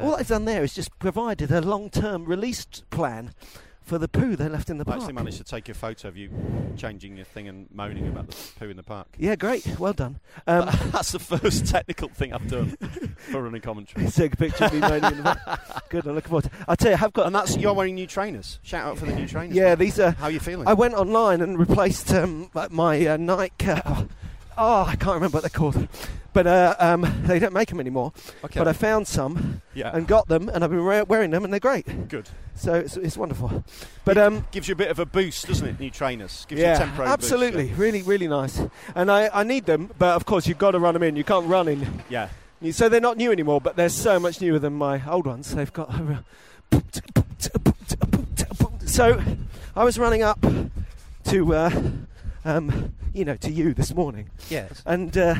C: All that I've done there is just provided a long-term release plan for the poo they left in the
D: I
C: park.
D: actually managed to take a photo of you changing your thing and moaning about the poo in the park.
C: Yeah, great. Well done. Um,
D: That's the first technical thing I've done for running commentary.
C: take a picture of me moaning in the back. Good. I'm looking forward. To I'll tell you, I've got.
D: And that's you're wearing new trainers. Shout out for the new trainers.
C: yeah, these are.
D: How are you feeling?
C: I went online and replaced um, like my uh, Nike. Uh, oh, I can't remember what they're called, but uh, um, they don't make them anymore.
D: okay.
C: But I found some
D: yeah.
C: and got them, and I've been re- wearing them, and they're great.
D: Good.
C: So it's, it's wonderful. But um,
D: Gives you a bit of a boost, doesn't it? New trainers. Gives you a
C: yeah,
D: temporary boost, yeah.
C: absolutely, really, really nice. And I, I need them, but of course you've got to run them in. You can't run in
D: Yeah.
C: You- So they're not new anymore, but they're so much newer than my old ones. They've got. a real- So I was running up to, uh, um, you know, to you this morning,
E: Yes.
C: and uh,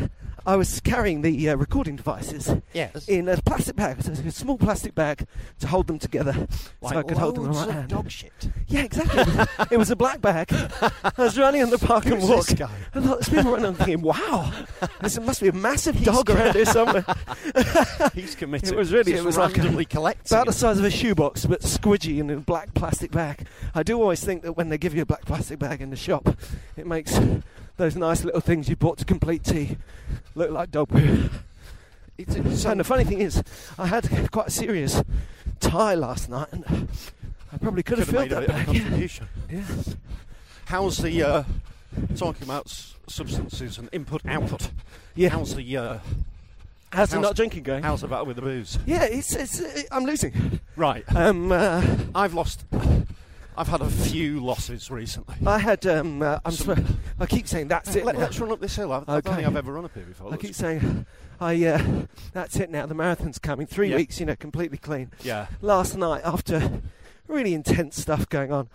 C: I was carrying the uh, recording devices
E: Yes.
C: in a plastic bag, so a small plastic bag to hold them together, so I could hold them in my
E: loads
C: right
E: of
C: hand.
E: dog shit.
C: Yeah, exactly. it was a black bag. I was running on the park and
D: Who's
C: walk.
D: this guy?
C: I thought there's people running on thinking, wow, this must be a massive dog around here somewhere.
D: He's committed.
C: It was really-
D: Just
C: it was like a-
D: randomly collecting.
C: about the size of a shoebox, but squidgy in a black plastic bag. I do always think that when they give you a black plastic bag in the shop, it makes those nice little things you bought to complete tea look like dog poo.
D: It's a-
C: And the funny thing is, I had quite a serious tie last night, and I probably could,
D: Could have
C: filled
D: made
C: that
D: a bit of a
C: bag. Yeah.
D: contribution.
C: Yeah.
D: How's the uh, talking about s- substances and input output?
C: Yeah.
D: How's the uh,
C: How's the
D: How's-
C: not drinking going?
D: how's the battle with the booze?
C: Yeah, it's, it's uh, I'm losing.
D: Right.
C: Um, uh,
D: I've lost. I've had a few losses recently.
C: I had um, uh, I'm
D: Some-
C: sw- I keep saying that's it.
D: Let,
C: now.
D: us run up this hill. I, I
C: Okay.
D: don't think I've ever run up here before.
C: I
D: That's-
C: keep saying, I uh, that's it now. The marathon's coming. Three
D: Yeah.
C: weeks, you know, completely clean.
D: yeah.
C: Last night, after really intense stuff going on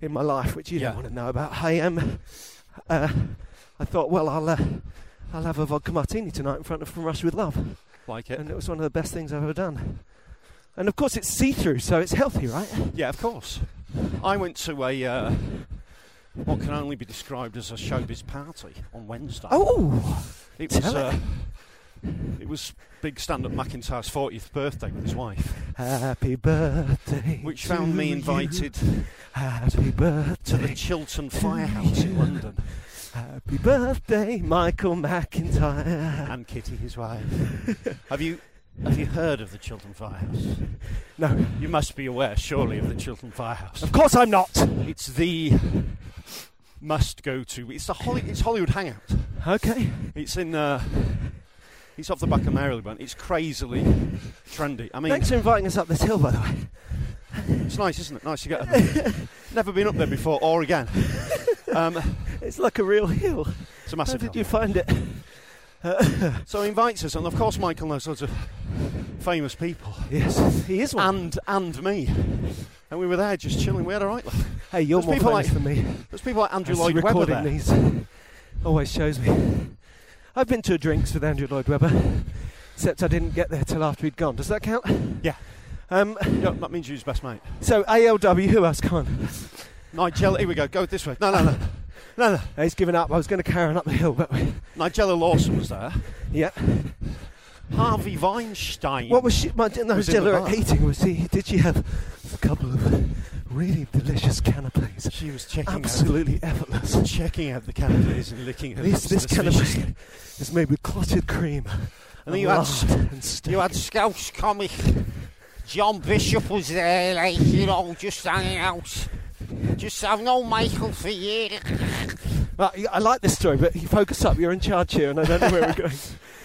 C: in my life, which you
D: Yeah.
C: don't want to know about, I um, uh, I thought, well, I'll uh, I'll have a vodka martini tonight in front of From Rush with Love,
D: Like it.
C: and it was one of the best things I've ever done. And of course, it's see-through, so it's healthy, right?
D: Yeah, of course. I went to a uh, what can only be described as a showbiz party on Wednesday.
C: Oh,
D: it was
C: tell it.
D: uh, it was big stand-up McIntyre's 40th birthday with his wife,
C: happy birthday!
D: which
C: to
D: found me
C: you.
D: invited
C: Happy
D: to the
C: birthday
D: Chiltern Firehouse in London.
C: Happy birthday, Michael McIntyre.
D: and Kitty, his wife. have you have you heard of the Chiltern Firehouse?
C: No,
D: You must be aware, surely, of the Chiltern Firehouse.
C: of course I'm not.
D: It's the must go to. It's the Holly, it's Hollywood Hangout.
C: Okay.
D: It's in. Uh, it's off the back of Marylebone. It's crazily trendy. I mean,
C: Thanks for inviting us up this hill, by the way.
D: it's nice, isn't it? Nice to get up. Never been up there before or again. Um,
C: It's like a real hill.
D: it's
C: How
D: a massive.
C: did
D: hill.
C: you find it?
D: So he invites us, and of course Michael knows lots of famous people,
C: Yes, he is one.
D: and and me, and we were there just chilling. We had a right laugh.
C: hey, you're
D: there's
C: more
D: people
C: famous
D: like
C: than me.
D: There's people like Andrew
C: This
D: Lloyd Webber
C: recording
D: there.
C: these always shows me. I've been to a drinks with Andrew Lloyd Webber, except I didn't get there till after he'd gone. Does that count?
D: Yeah.
C: Um,
D: Yeah, that means you're his best mate.
C: so ALW, who else? Come on.
D: Nigella, here we go. Go this way. No, no, no, no, no.
C: He's given up. I was going to carry on up the hill, but
D: Nigella Lawson was there.
C: yeah.
D: Harvey Weinstein.
C: What was she? My, no, was
D: Was in the
C: Jella
D: bar.
C: eating? Was he? Did she have a couple of really delicious canapes?
D: She was checking
C: Absolutely effortless.
D: out, checking out the canapes and licking her
C: This
D: lips
C: this
D: suspiciously.
C: canape is made with clotted cream. And
D: And you
C: you
D: had
C: had
D: s-
C: and steak.
E: You had Scouse comic John Bishop was there, like, you know, just hanging out. Just have no Michael for you.
C: Right, I like this story, but you focus up. You're in charge here, and I don't know where we're going.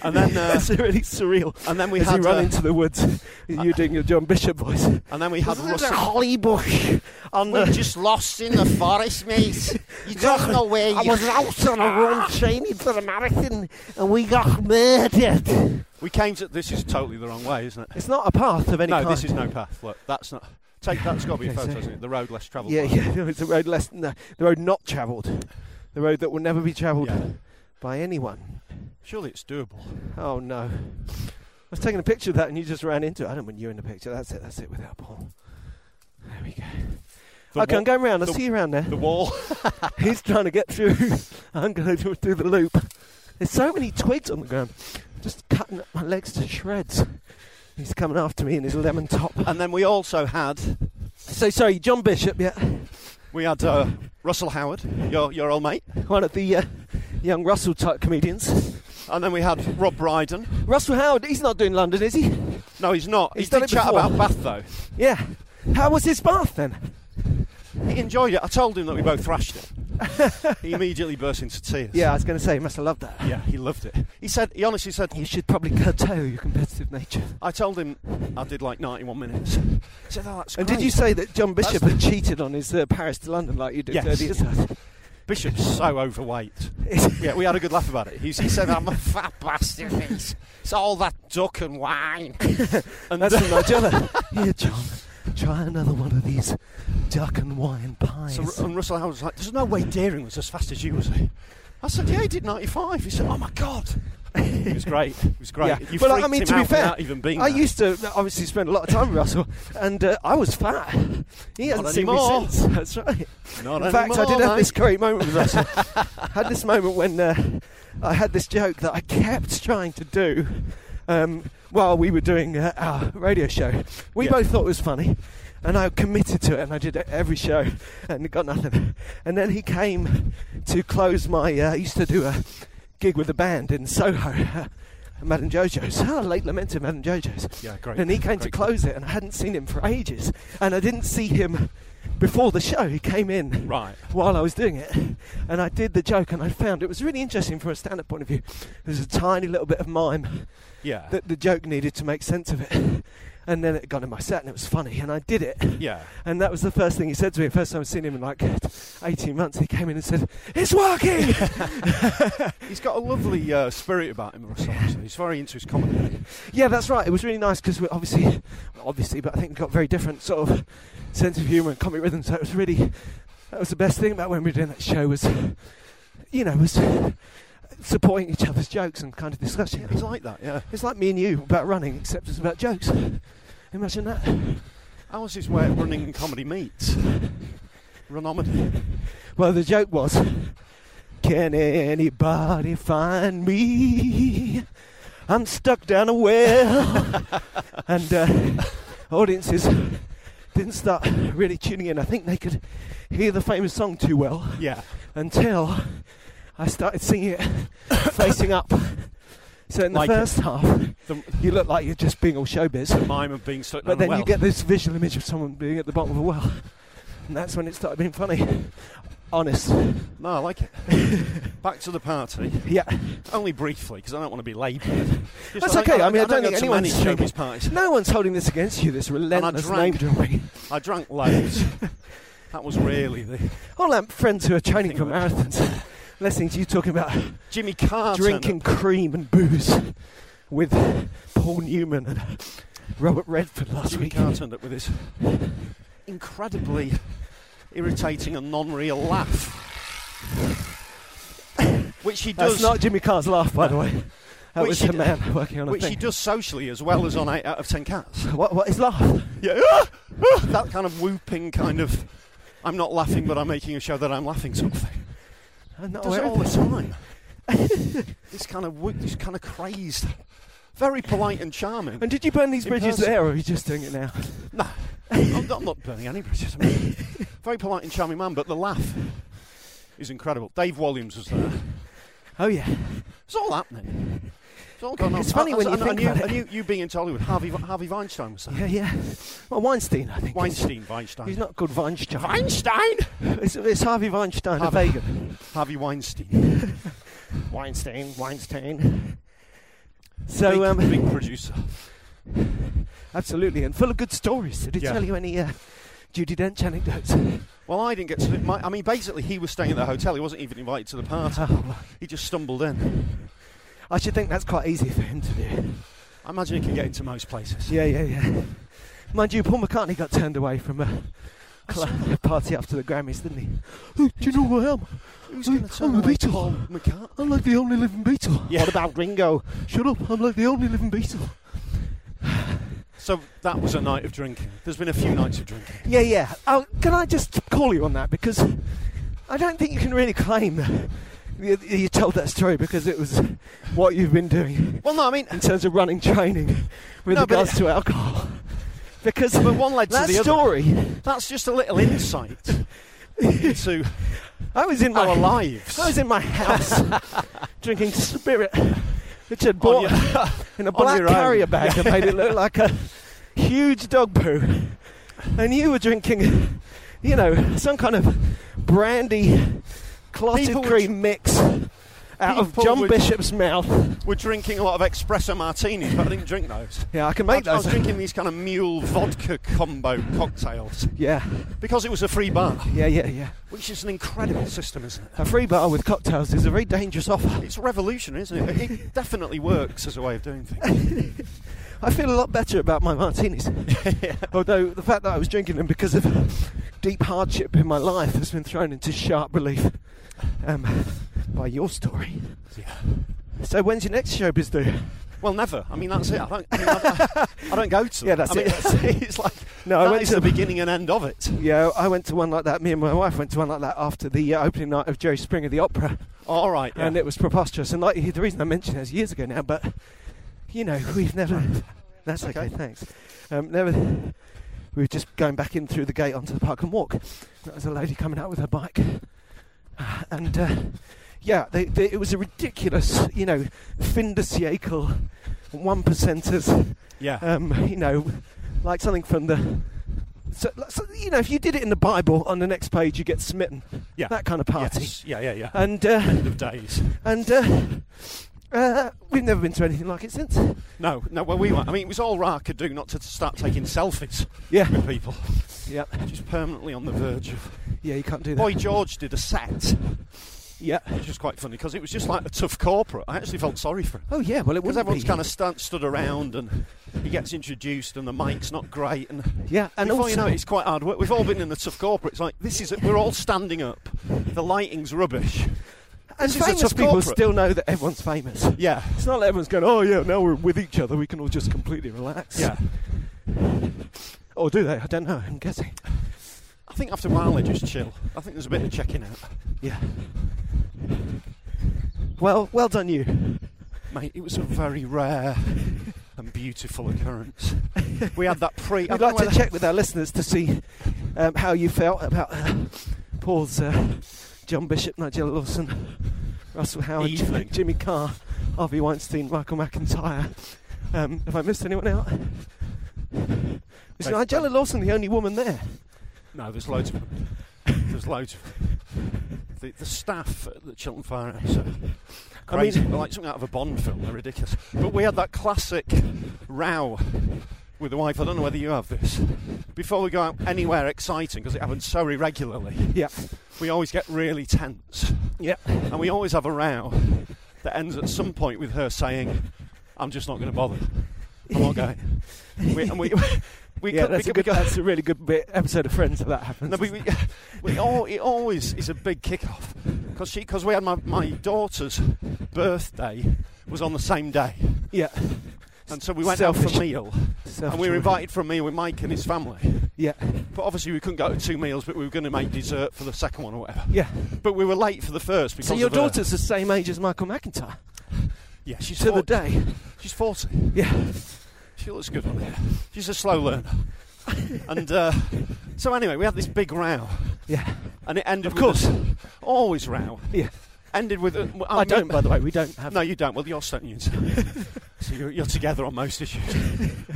D: And then, uh,
C: it's really surreal.
D: and then we
C: as
D: had,
C: you run
D: uh,
C: into the woods, you're doing your John Bishop voice.
D: And then we had
E: There's a
D: Russell.
E: holly bush.
C: On
E: We're
C: the-
E: just lost in the forest, mate. You don't know where you
C: I was out on a run training for the marathon, and we got murdered.
D: We came to. This is totally the wrong way, isn't it?
C: It's not a path of any
D: no,
C: kind.
D: this is no path. Look, that's not. Take that's got to be a
C: Okay,
D: photo,
C: so-
D: isn't it? The road less travelled.
C: Yeah,
D: by.
C: yeah. No, it's a road less than the, the road not travelled, the road that will never be travelled
D: Yeah.
C: by anyone.
D: Surely it's doable.
C: Oh no! I was taking a picture of that, and you just ran into it. I don't want you in the picture. That's it. That's it. Without Paul. There we go.
D: The
C: okay,
D: wa-
C: I'm going round. I'll
D: the-
C: see you round there.
D: The wall.
C: He's trying to get through. I'm going to do the loop. There's so many twigs on the ground, just cutting up my legs to shreds. He's coming after me in his lemon top.
D: and then we also had
C: So sorry, John Bishop. Yeah,
D: we had uh, Russell Howard, your your old mate,
C: one of the uh, young Russell type comedians.
D: and then we had Rob Brydon.
C: Russell Howard. He's not doing London, is he?
D: No, he's not.
C: He's
D: he
C: done
D: did
C: it
D: chat
C: before.
D: about Bath though.
C: Yeah. How was his bath then?
D: He enjoyed it. I told him that we both thrashed it. he immediately burst into tears.
C: Yeah, I was going to say, he must have loved that.
D: Yeah, he loved it. He said he honestly said
C: You should probably curtail your competitive nature.
D: I told him I did like 91 minutes. He said, "Oh, that's
C: And
D: great."
C: did you say that John Bishop
D: That's-
C: had cheated on his uh, Paris to London like you did?
D: Yes.
C: to Eddie Izzard?
D: Bishop's so overweight? yeah, we had a good laugh about it. He, he said, "I'm a fat bastard."
E: It's all that duck and wine.
D: And
C: That's from Nigella. Here, John, try another one of these duck and wine pies.
D: So, Ru- and Russell Howard was like, "There's no way Deering was as fast as you was." He? I said, "Yeah, he did 95." He said, "Oh my god." it was great. It was great.
C: Yeah.
D: You
C: well, I
D: freaked
C: mean,
D: him
C: to be
D: out
C: fair,
D: without even being
C: I
D: there.
C: used to obviously spend a lot of time with Russell, and uh, I was fat. He hasn't
D: Not
C: seen
D: anymore.
C: me since. That's right.
D: Not
C: In fact, I
D: anymore,
C: did have this
D: mate.
C: great moment with Russell. had this moment when uh, I had this joke that I kept trying to do um, while we were doing uh, our radio show. We
D: Yeah.
C: both thought it was funny, and I committed to it, and I did it every show, and got nothing. And then he came to close my. Uh, I used to do a gig with a band in Soho. Uh, Madame Jojo's. Ah, late lamented Madame Jojo's.
D: Yeah, great.
C: And he came to
D: Great.
C: close it, and I hadn't seen him for ages. And I didn't see him before the show. He came in
D: Right.
C: while I was doing it, and I did the joke, and I found it was really interesting from a stand-up point of view. There's a tiny little bit of mime
D: Yeah.
C: that the joke needed to make sense of it, and then it got in my set, and it was funny, and I did it.
D: yeah.
C: And that was the first thing he said to me. First time I've seen him in like 18 months. He came in and said, "It's working."
D: He's got a lovely uh, spirit about him, Russell. Howard. He's very into his comedy.
C: Yeah, that's right. It was really nice because obviously, well, obviously, but I think we got very different sort of sense of humour and comic rhythm. So it was really that was the best thing about when we were doing that show was, you know, was supporting each other's jokes and kind of discussing.
D: Yeah,
C: it.
D: he's like that. Yeah.
C: It's like me and you about running, except it's about jokes. Imagine that.
D: How was his way of running comedy meets? Runomedy.
C: Well, the joke was, can anybody find me? I'm stuck down a well. and uh, audiences didn't start really tuning in. I think they could hear the famous song too well
D: Yeah.
C: until I started singing it facing up. So in the
D: Like it.
C: first half,
D: The
C: you look like you're just being all showbiz.
D: mime of being stuck
C: But
D: down a
C: then
D: well.
C: you get this visual image of someone being at the bottom of a well. And that's when it started being funny. Honest.
D: No, I like it. Back to the party.
C: Yeah.
D: Only briefly, because I don't want to be laboured.
C: That's okay, I mean, I don't think
D: go to many
C: anyone's-
D: showbiz parties.
C: No one's holding this against you, this relentless name
D: drank.
C: dropping.
D: I drank loads. that was really the
C: All our friends who are training
D: Think
C: for
D: of it.
C: marathons listening to you talking about
D: Jimmy Carr turned
C: drinking cream and booze with Paul Newman and Robert Redford
D: up.
C: last
D: Jimmy
C: week.
D: Carr turned up with his incredibly irritating and non-real laugh, which he
C: That's
D: does,
C: not Jimmy Carr's laugh, by the way. That
D: Which
C: was
D: he
C: a
D: d-
C: man working on a
D: which he
C: thing.
D: does socially as well as on eight out of ten cats.
C: What, what is laugh?
D: Yeah, that kind of whooping kind of. I'm not laughing, but I'm making a show that I'm laughing sort of thing.
C: I'm not
D: does
C: aware
D: it
C: of
D: all the
C: this.
D: time. this kind of wo- this kind of crazed, very polite and charming.
C: And did you burn these
D: In
C: bridges
D: person.
C: there, or are you just doing it now?
D: no, I'm not, I'm not burning any bridges. I mean, very polite and charming man, but the laugh is incredible. Dave Williams was there.
C: Oh yeah.
D: It's all happening. It's all gone on.
C: It's funny
D: I- I-
C: when
D: I-
C: you
D: I
C: think
D: knew-
C: about
D: I
C: it.
D: knew you being into Hollywood. Harvey Harvey Weinstein was that.
C: Yeah, yeah. Well, Weinstein, I think.
D: Weinstein, Weinstein.
C: He's not called Weinstein.
D: Weinstein.
C: It's, it's Harvey Weinstein, a
D: Harvey-
C: vegan.
D: Harvey Weinstein.
C: Weinstein, Weinstein.
D: So
C: So,
D: big,
C: um,
D: big producer.
C: absolutely, and full of good stories. Did he
D: Yeah.
C: tell you any uh, Judy Dench anecdotes?
D: Well, I didn't get to. My, I mean, basically, he was staying at the hotel. He wasn't even invited to the party.
C: Oh,
D: He just stumbled in.
C: I should think that's quite easy for him to do.
D: I imagine he can get into most places.
C: Yeah, yeah, yeah. Mind you, Paul McCartney got turned away from a cl- party after the Grammys, didn't he? "Oh, do you know who I am?
D: Who's
C: I'm-
D: going to turn
C: I'm a
D: away
C: Beatle.
D: Paul McCartney?
C: I'm like the only living Beatle.
D: Yeah.
C: What about Ringo? Shut up, I'm like the only living Beatle.
D: So that was a night of drinking. There's been a few nights of drinking.
C: Yeah, yeah. Oh, can I just call you on that? Because I don't think you can really claim that you, you told that story because it was what you've been doing
D: Well, no, I mean,
C: in terms of running training with
D: No, but
C: regards
D: it-
C: to alcohol. Because
D: But one led to
C: that
D: the other.
C: story,
D: that's just a little insight into
C: I was in my
D: our lives.
C: I was in my house drinking spirit, which had
D: On
C: bought
D: your-
C: in a
D: on
C: black
D: your own.
C: carrier bag and made it look like a huge dog poo. And you were drinking, you know, some kind of brandy clotted
D: People were
C: cream mix out of
D: people
C: John
D: were-
C: Bishop's mouth.
D: We're drinking a lot of espresso martinis, but I didn't drink those.
C: Yeah, I can make
D: I, I was
C: those.
D: drinking these kind of mule vodka combo cocktails
C: Yeah,
D: because it was a free bar,
C: yeah, yeah, yeah.
D: which is an incredible system, isn't it?
C: A free bar with cocktails is a very dangerous offer.
D: It's revolutionary, isn't it? It definitely works as a way of doing things.
C: I feel a lot better about my martinis. Although the fact that I was drinking them because of deep hardship in my life has been thrown into sharp relief um, by your story. So when's your next showbiz do?
D: Well, never. I mean, that's it. I don't, I, mean, I, I don't go to. them.
C: Yeah, that's
D: I mean,
C: it.
D: It's, it's like
C: No,
D: no,
C: I
D: that
C: went
D: is
C: to
D: the
C: the-
D: beginning and end of it.
C: Yeah, I went to one like that. Me and my wife went to one like that after the uh, opening night of Jerry Springer the Opera,
D: All right, yeah.
C: and it was preposterous. And like the reason I mentioned it is years ago now, but you know we've never. That's okay.
D: Okay.
C: thanks. Um, never. We were just going back in through the gate onto the park and walk. There was a lady coming out with her bike, and uh, yeah, they, they, it was a ridiculous, you know, Findus one percenters
D: yeah.
C: um, you know, like something from the. So, so, you know, if you did it in the Bible, on the next page you get smitten.
D: Yeah.
C: That kind of party.
D: Yes. Yeah, yeah, yeah.
C: And uh,
D: end of days.
C: and uh, uh, we've never been to anything like it since.
D: No, no. Well, we went. I mean, it was all Ra could do not to start taking selfies
C: Yeah.
D: with people.
C: Yeah.
D: Just permanently on the verge of.
C: Yeah, you can't do that.
D: Boy George did a set,
C: Yeah.
D: which was quite funny because it was just like a tough corporate. I actually felt sorry for him
C: Oh yeah. Well, it
D: because
C: was
D: everyone's kind of stand, stood around and he gets introduced and the mic's not great and
C: Yeah, and
D: before you
C: also-
D: know it, it's quite hard work. We've all been in the tough corporate. It's like this is we're all standing up. The lighting's rubbish.
C: And
D: this is a
C: famous
D: tough
C: people
D: corporate.
C: still know that everyone's famous.
D: Yeah,
C: It's not like everyone's going, oh yeah, now we're with each other, we can all just completely relax.
D: yeah.
C: Or do they? I don't know. I'm guessing.
D: I think after a while they just chill. I think there's a bit of checking out,
C: Yeah. Well, well done you.
D: mate. It was a very rare and beautiful occurrence. We had that pre. I
C: We'd
D: don't
C: like
D: know
C: to
D: whether-
C: check with our listeners to see um, how you felt about uh, Paul's uh, John Bishop, Nigel Lawson, Russell Howard,
D: Evening.
C: Jimmy Carr, Harvey Weinstein, Michael McIntyre. Um, have I missed anyone out? Is
D: They've-
C: Nigella Lawson the only woman there?
D: No, there's loads of them. There's loads of them. The, the staff at the Chiltern Firehouse are
C: I
D: crazy.
C: mean-
D: They're like something out of a Bond film. They're ridiculous. But we had that classic row with the wife. I don't know whether you have this. Before we go out anywhere exciting, because it happens so irregularly,
C: Yeah,
D: we always get really tense.
C: yeah.
D: And we always have a row that ends at some point with her saying, I'm just not going to bother. I'm not going. We, and we, we
C: yeah,
D: could- we
C: that's, a
D: could- we
C: good,
D: could-
C: that's a really good bit, episode of Friends that that happens.
D: no, but we, we all, it always is a big kick-off because she because we had my, my daughter's birthday was on the same day,
C: yeah,
D: and so we went out
C: Selfish.
D: for a meal, and we
C: Self-joy.
D: were invited for a meal with Mike and his family.
C: Yeah,
D: But obviously we couldn't go to two meals, but we were going to make dessert for the second one or whatever.
C: yeah.
D: But we were late for the first because
C: So your
D: of uh, her-
C: daughter's the same age as Michael McIntyre
D: yeah, she's
C: to the
D: 40
C: day.
D: She's forty.
C: Yeah.
D: She looks good on it. She's a slow learner. and uh, so anyway, we had this big row,
C: Yeah,
D: and it ended.
C: Of course.
D: with this- always row.
C: yeah.
D: ended with. uh, well,
C: I
D: I'm
C: don't,
D: gonna-
C: by the way. We don't have.
D: No, you don't. Well, you're Stone Union. so you're, you're together on most issues.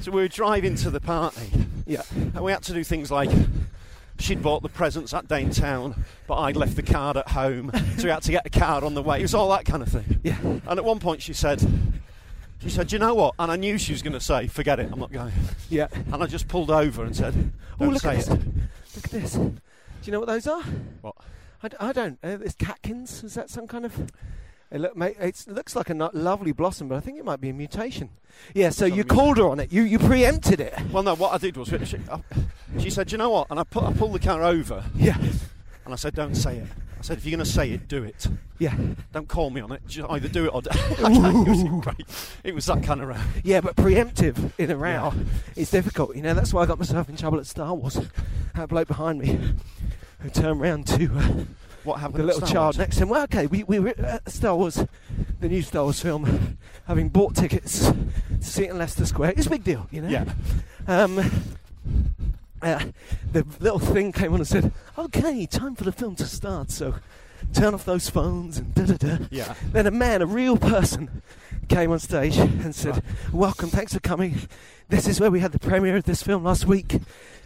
D: so we were driving to the party,
C: Yeah.
D: and we had to do things like she'd bought the presents at Dane Town, but I'd left the card at home, so we had to get a card on the way. It was all that kind of thing.
C: Yeah.
D: And at one point, she said, "She said, Do you know what?" And I knew she was going to say, "Forget it, I'm not going."
C: Yeah.
D: And I just pulled over and said,
C: Oh,
D: "Don't
C: look
D: say
C: at this.
D: it."
C: Look at this. Do you know what those are?
D: What?
C: I, d- I don't. Uh, it's catkins. Is that some kind of? It look, mate, it's, it looks like a no- lovely blossom, but I think it might be a mutation. Yeah. So
D: It's not
C: you
D: a mutation.
C: called her on it. You you preempted it.
D: Well, no. What I did was, she, I, she said, "Do you know what?" And I, put, I pulled the car over,
C: Yeah.
D: and I said, "Don't say it." I said, "If you're going to say it, do it.
C: Yeah.
D: Don't call me on it. Just either do it or." do it was great. It was that kind of round.
C: Yeah. But preemptive in a row
D: Yeah.
C: is difficult. You know that's why I got myself in trouble at Star Wars. That bloke behind me who turned round to. Uh,
D: What happened?
C: the
D: at
C: little
D: Star
C: child
D: Wars?
C: next to him. Well, okay, we, we were at Star Wars, the new Star Wars film, having bought tickets to see it in Leicester Square. It's a big deal, you know?
D: Yeah.
C: Um, uh, the little thing came on and said, okay, time for the film to start, so turn off those phones and da da da.
D: Yeah.
C: Then a man, a real person, came on stage and said, Welcome, thanks for coming. This is where we had the premiere of this film last week.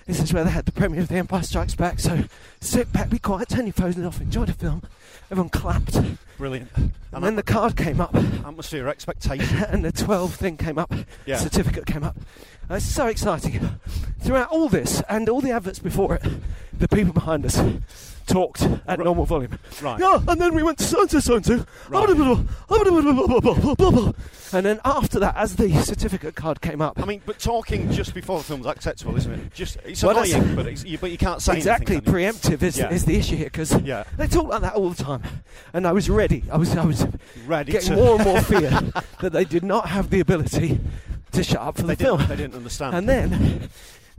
C: This is where they had the premiere of The Empire Strikes Back. So sit back, be quiet, turn your phones off, enjoy the film. Everyone clapped. And,
D: Brilliant. And,
C: then the card came up,
D: atmosphere expectation.
C: and the 12 thing came up,
D: Yeah.
C: certificate came up. Uh, it's so exciting. Throughout all this and all the adverts before it, the people behind us talked at
D: Ru-
C: normal volume.
D: Right.
C: Yeah, and then we went to so-and-so, so-and-so.
D: Right.
C: And then after that, as the certificate card came up,
D: I mean, but talking just before the film's acceptable, isn't it? Just it's
C: Well, that's-
D: annoying, but it's, you, but you can't say
C: exactly
D: Anything, can you?
C: preemptive is,
D: Yeah.
C: is the issue here because
D: Yeah.
C: they talk like that all the time. And I was ready. I was I was
D: Ready
C: getting
D: to-
C: more and more fear that they did not have the ability to shut up for
D: They
C: the film.
D: didn't. They didn't understand.
C: And then,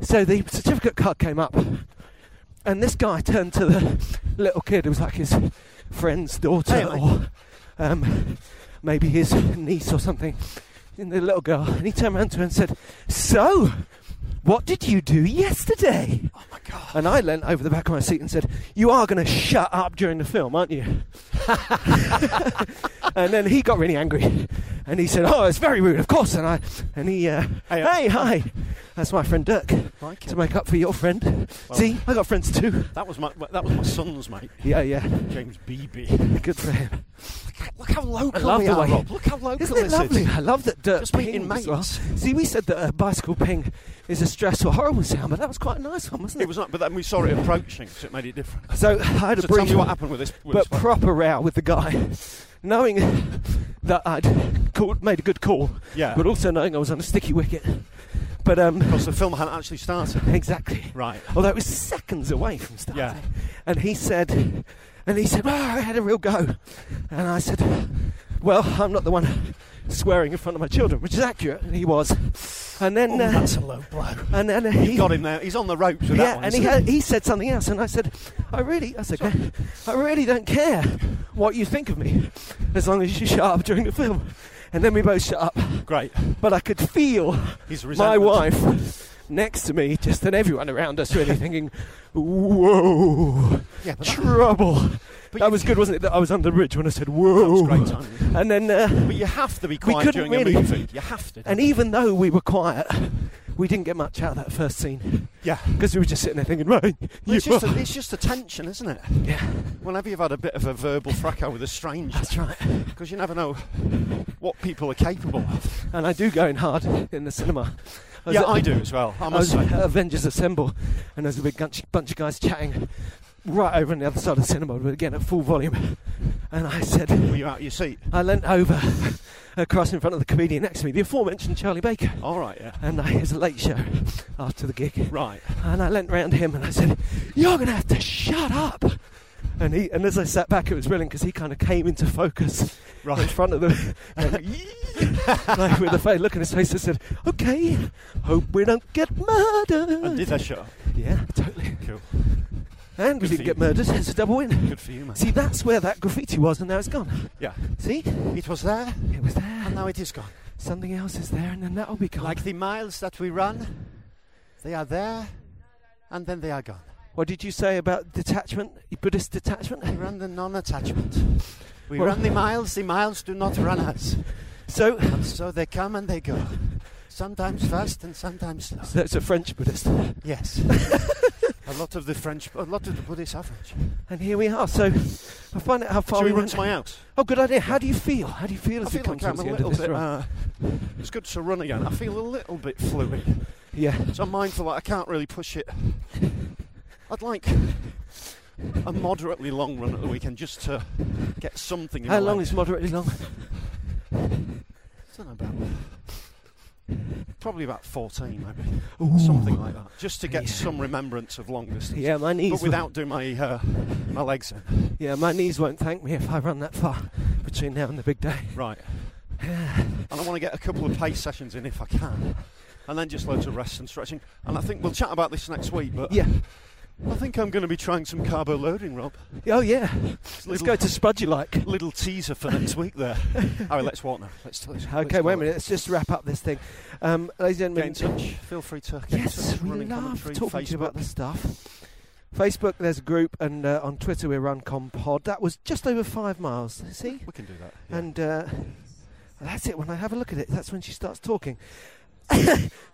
C: so the certificate card came up, and this guy turned to the little kid who was like his friend's daughter,
D: Hey, mate.
C: or um, maybe his niece or something, and the little girl, and he turned around to her and said, So, what did you do yesterday?
D: oh my god.
C: And I leant over the back of my seat and said, You are going to shut up during the film, aren't you? and then he got really angry. And he said, Oh, it's very rude, of course. And I, and he, uh,
D: Hey,
C: hey,
D: uh,
C: hi. That's my friend Dirk.
D: Like
C: To make up for your friend.
D: Well-
C: See, I got friends too.
D: That was my that was my son's mate,
C: Yeah, yeah.
D: James Beebe.
C: Good for him.
D: Look how local
C: I love
D: we
C: the
D: are,
C: way-
D: Rob. Look how local
C: Isn't it
D: this
C: lovely?
D: is.
C: I love that Dirk
D: Just meeting
C: pinged as well.
D: mates.
C: See, we said that a bicycle ping is a stressful, horrible sound, but that was quite a nice one, wasn't it?
D: It was not, but then we saw it approaching, so it made it different.
C: so I had a
D: So
C: brief.
D: tell me what happened with this. With
C: but
D: this one.
C: proper row with the guy, knowing that I'd called, made a good call,
D: yeah,
C: but also knowing I was on a sticky wicket. But um,
D: because the film hadn't actually started.
C: exactly.
D: Right.
C: Although it was seconds away from starting,
D: Yeah.
C: and he said, and he said, "Well, I had a real go," and I said, "Well, I'm not the one swearing in front of my children," which is accurate, and he was. And then, uh,
D: Oh, that's a low blow.
C: and then he
D: Got him there. He's on the ropes with
C: yeah,
D: that one.
C: and he,
D: isn't
C: had, he said something else, and I said, I really, I said, I really don't care what you think of me, as long as you shut up during the film. And then we both shut up,
D: Great.
C: but I could feel
D: He's
C: my wife next to me, just and everyone around us really thinking, whoa,
D: Yeah, but that-
C: trouble.
D: But
C: that
D: you-
C: was good, wasn't it? That I was under the bridge when I said,
D: That was
C: whoa.
D: great timing.
C: And then, uh,
D: But you have to be
C: We
D: quiet
C: couldn't
D: during
C: really-
D: a movie. You have to.
C: and even though we were quiet, we didn't get much out of that first scene
D: yeah.
C: because we were just sitting there thinking, right, you
D: It's just,
C: are-
D: a, it's just a tension, isn't it?
C: yeah,
D: Whenever you've had a bit of a verbal fracas with a stranger,
C: that's right.
D: because you never know what people are capable of.
C: and I do go in hard in the cinema. I was
D: yeah,
C: at-
D: I do as well. I
C: I
D: must
C: was
D: say.
C: at Avengers Assemble, and there's a big bunch, bunch of guys chatting right over on the other side of the cinema, but again at full volume. And I
D: Were
C: said,
D: you out of your seat?
C: I leant over across in front of the comedian next to me, the aforementioned Charlie Baker.
D: All right, yeah.
C: And I, it was a late show after the gig.
D: Right.
C: And I leant round him and I said, You're going to have to shut up. And, he, and as I sat back, it was brilliant because he kind of came into focus in
D: Right.
C: front of them. And like with a face, look in his face, I said, "Okay, hope we don't get
D: And did
C: murdered."
D: they shut up?
C: Yeah, totally.
D: Cool.
C: And we
D: Good for
C: didn't get
D: you.
C: murdered. It's a double win.
D: Good for you, man.
C: See, that's where that graffiti was, and now it's gone.
D: Yeah.
C: See,
D: It was there,
C: it was there.
D: and now it is gone.
C: Something else is there, and then that'll be gone.
D: Like the miles that we run, they are there, and then they are gone.
C: what did you say about detachment? Buddhist detachment?
D: We run the non-attachment.
F: We
C: Well-
F: run the miles, the miles do not run us.
C: So,
F: And so they come and they go. Sometimes fast and sometimes slow.
C: so that's a French Buddhist.
F: Yes. a lot of the French, a lot of the Buddhists are French.
C: And here we are. So, I find out how far
D: Shall we
C: we
D: run
C: went.
D: to my house?
C: Oh, good idea. How do you feel? How do you feel
D: I
C: as we
D: feel
C: come
D: like I'm
C: towards
D: a
C: the end of
D: little
C: this
D: bit.
C: run?
D: Uh, it's good to run again. I feel a little bit fluid.
C: Yeah.
D: So I'm mindful that I can't really push it. I'd like a moderately long run at the weekend just to get something. In
C: How
D: my
C: long
D: legs.
C: is moderately long?
D: I don't know about. Probably about 14, maybe. Something like that. Just to get
C: Yeah.
D: some remembrance of long distance.
C: Yeah, my knees.
D: But
C: won't-
D: without doing my uh, my legs in.
C: Yeah, my knees won't thank me if I run that far between now and the big day.
D: Right. and I want to get a couple of pace sessions in if I can. And then just loads of rest and stretching. And I think we'll chat about this next week, but
C: Yeah.
D: I think I'm going to be trying some carbo loading, Rob.
C: Oh yeah. Let's
D: It's little-
C: go to Spudgy like.
D: little teaser for next week there. All right, let's walk now. Let's, let's, let's
C: Okay,
D: go.
C: wait a minute. Let's just wrap up this thing, um, ladies and
D: Get in
C: gentlemen.
D: touch. Feel free to get in
C: Yes,
D: touch.
C: we
D: Running
C: love
D: commentary,
C: talking to you about
D: Facebook.
C: this stuff. Facebook, there's a group, and uh, on Twitter we're Runcom Pod. That was just over five miles. See,
D: We can do that. yeah.
C: and uh, that's it. When I have a look at it, that's when she starts talking.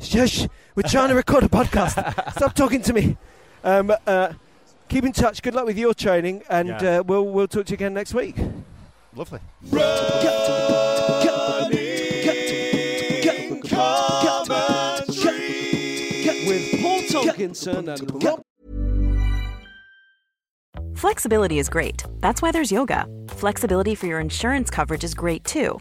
C: Shush! We're trying to record a podcast. Stop talking to me. Um, uh, keep in touch. Good luck with your training, and
D: Yeah.
C: uh, we'll we'll talk to you again next week.
D: Lovely.
C: With Paul Tomkinson and Rob
G: Flexibility is great. That's why there's yoga. Flexibility for your insurance coverage is great too.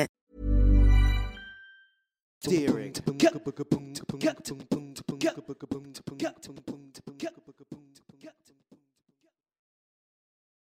C: Deering.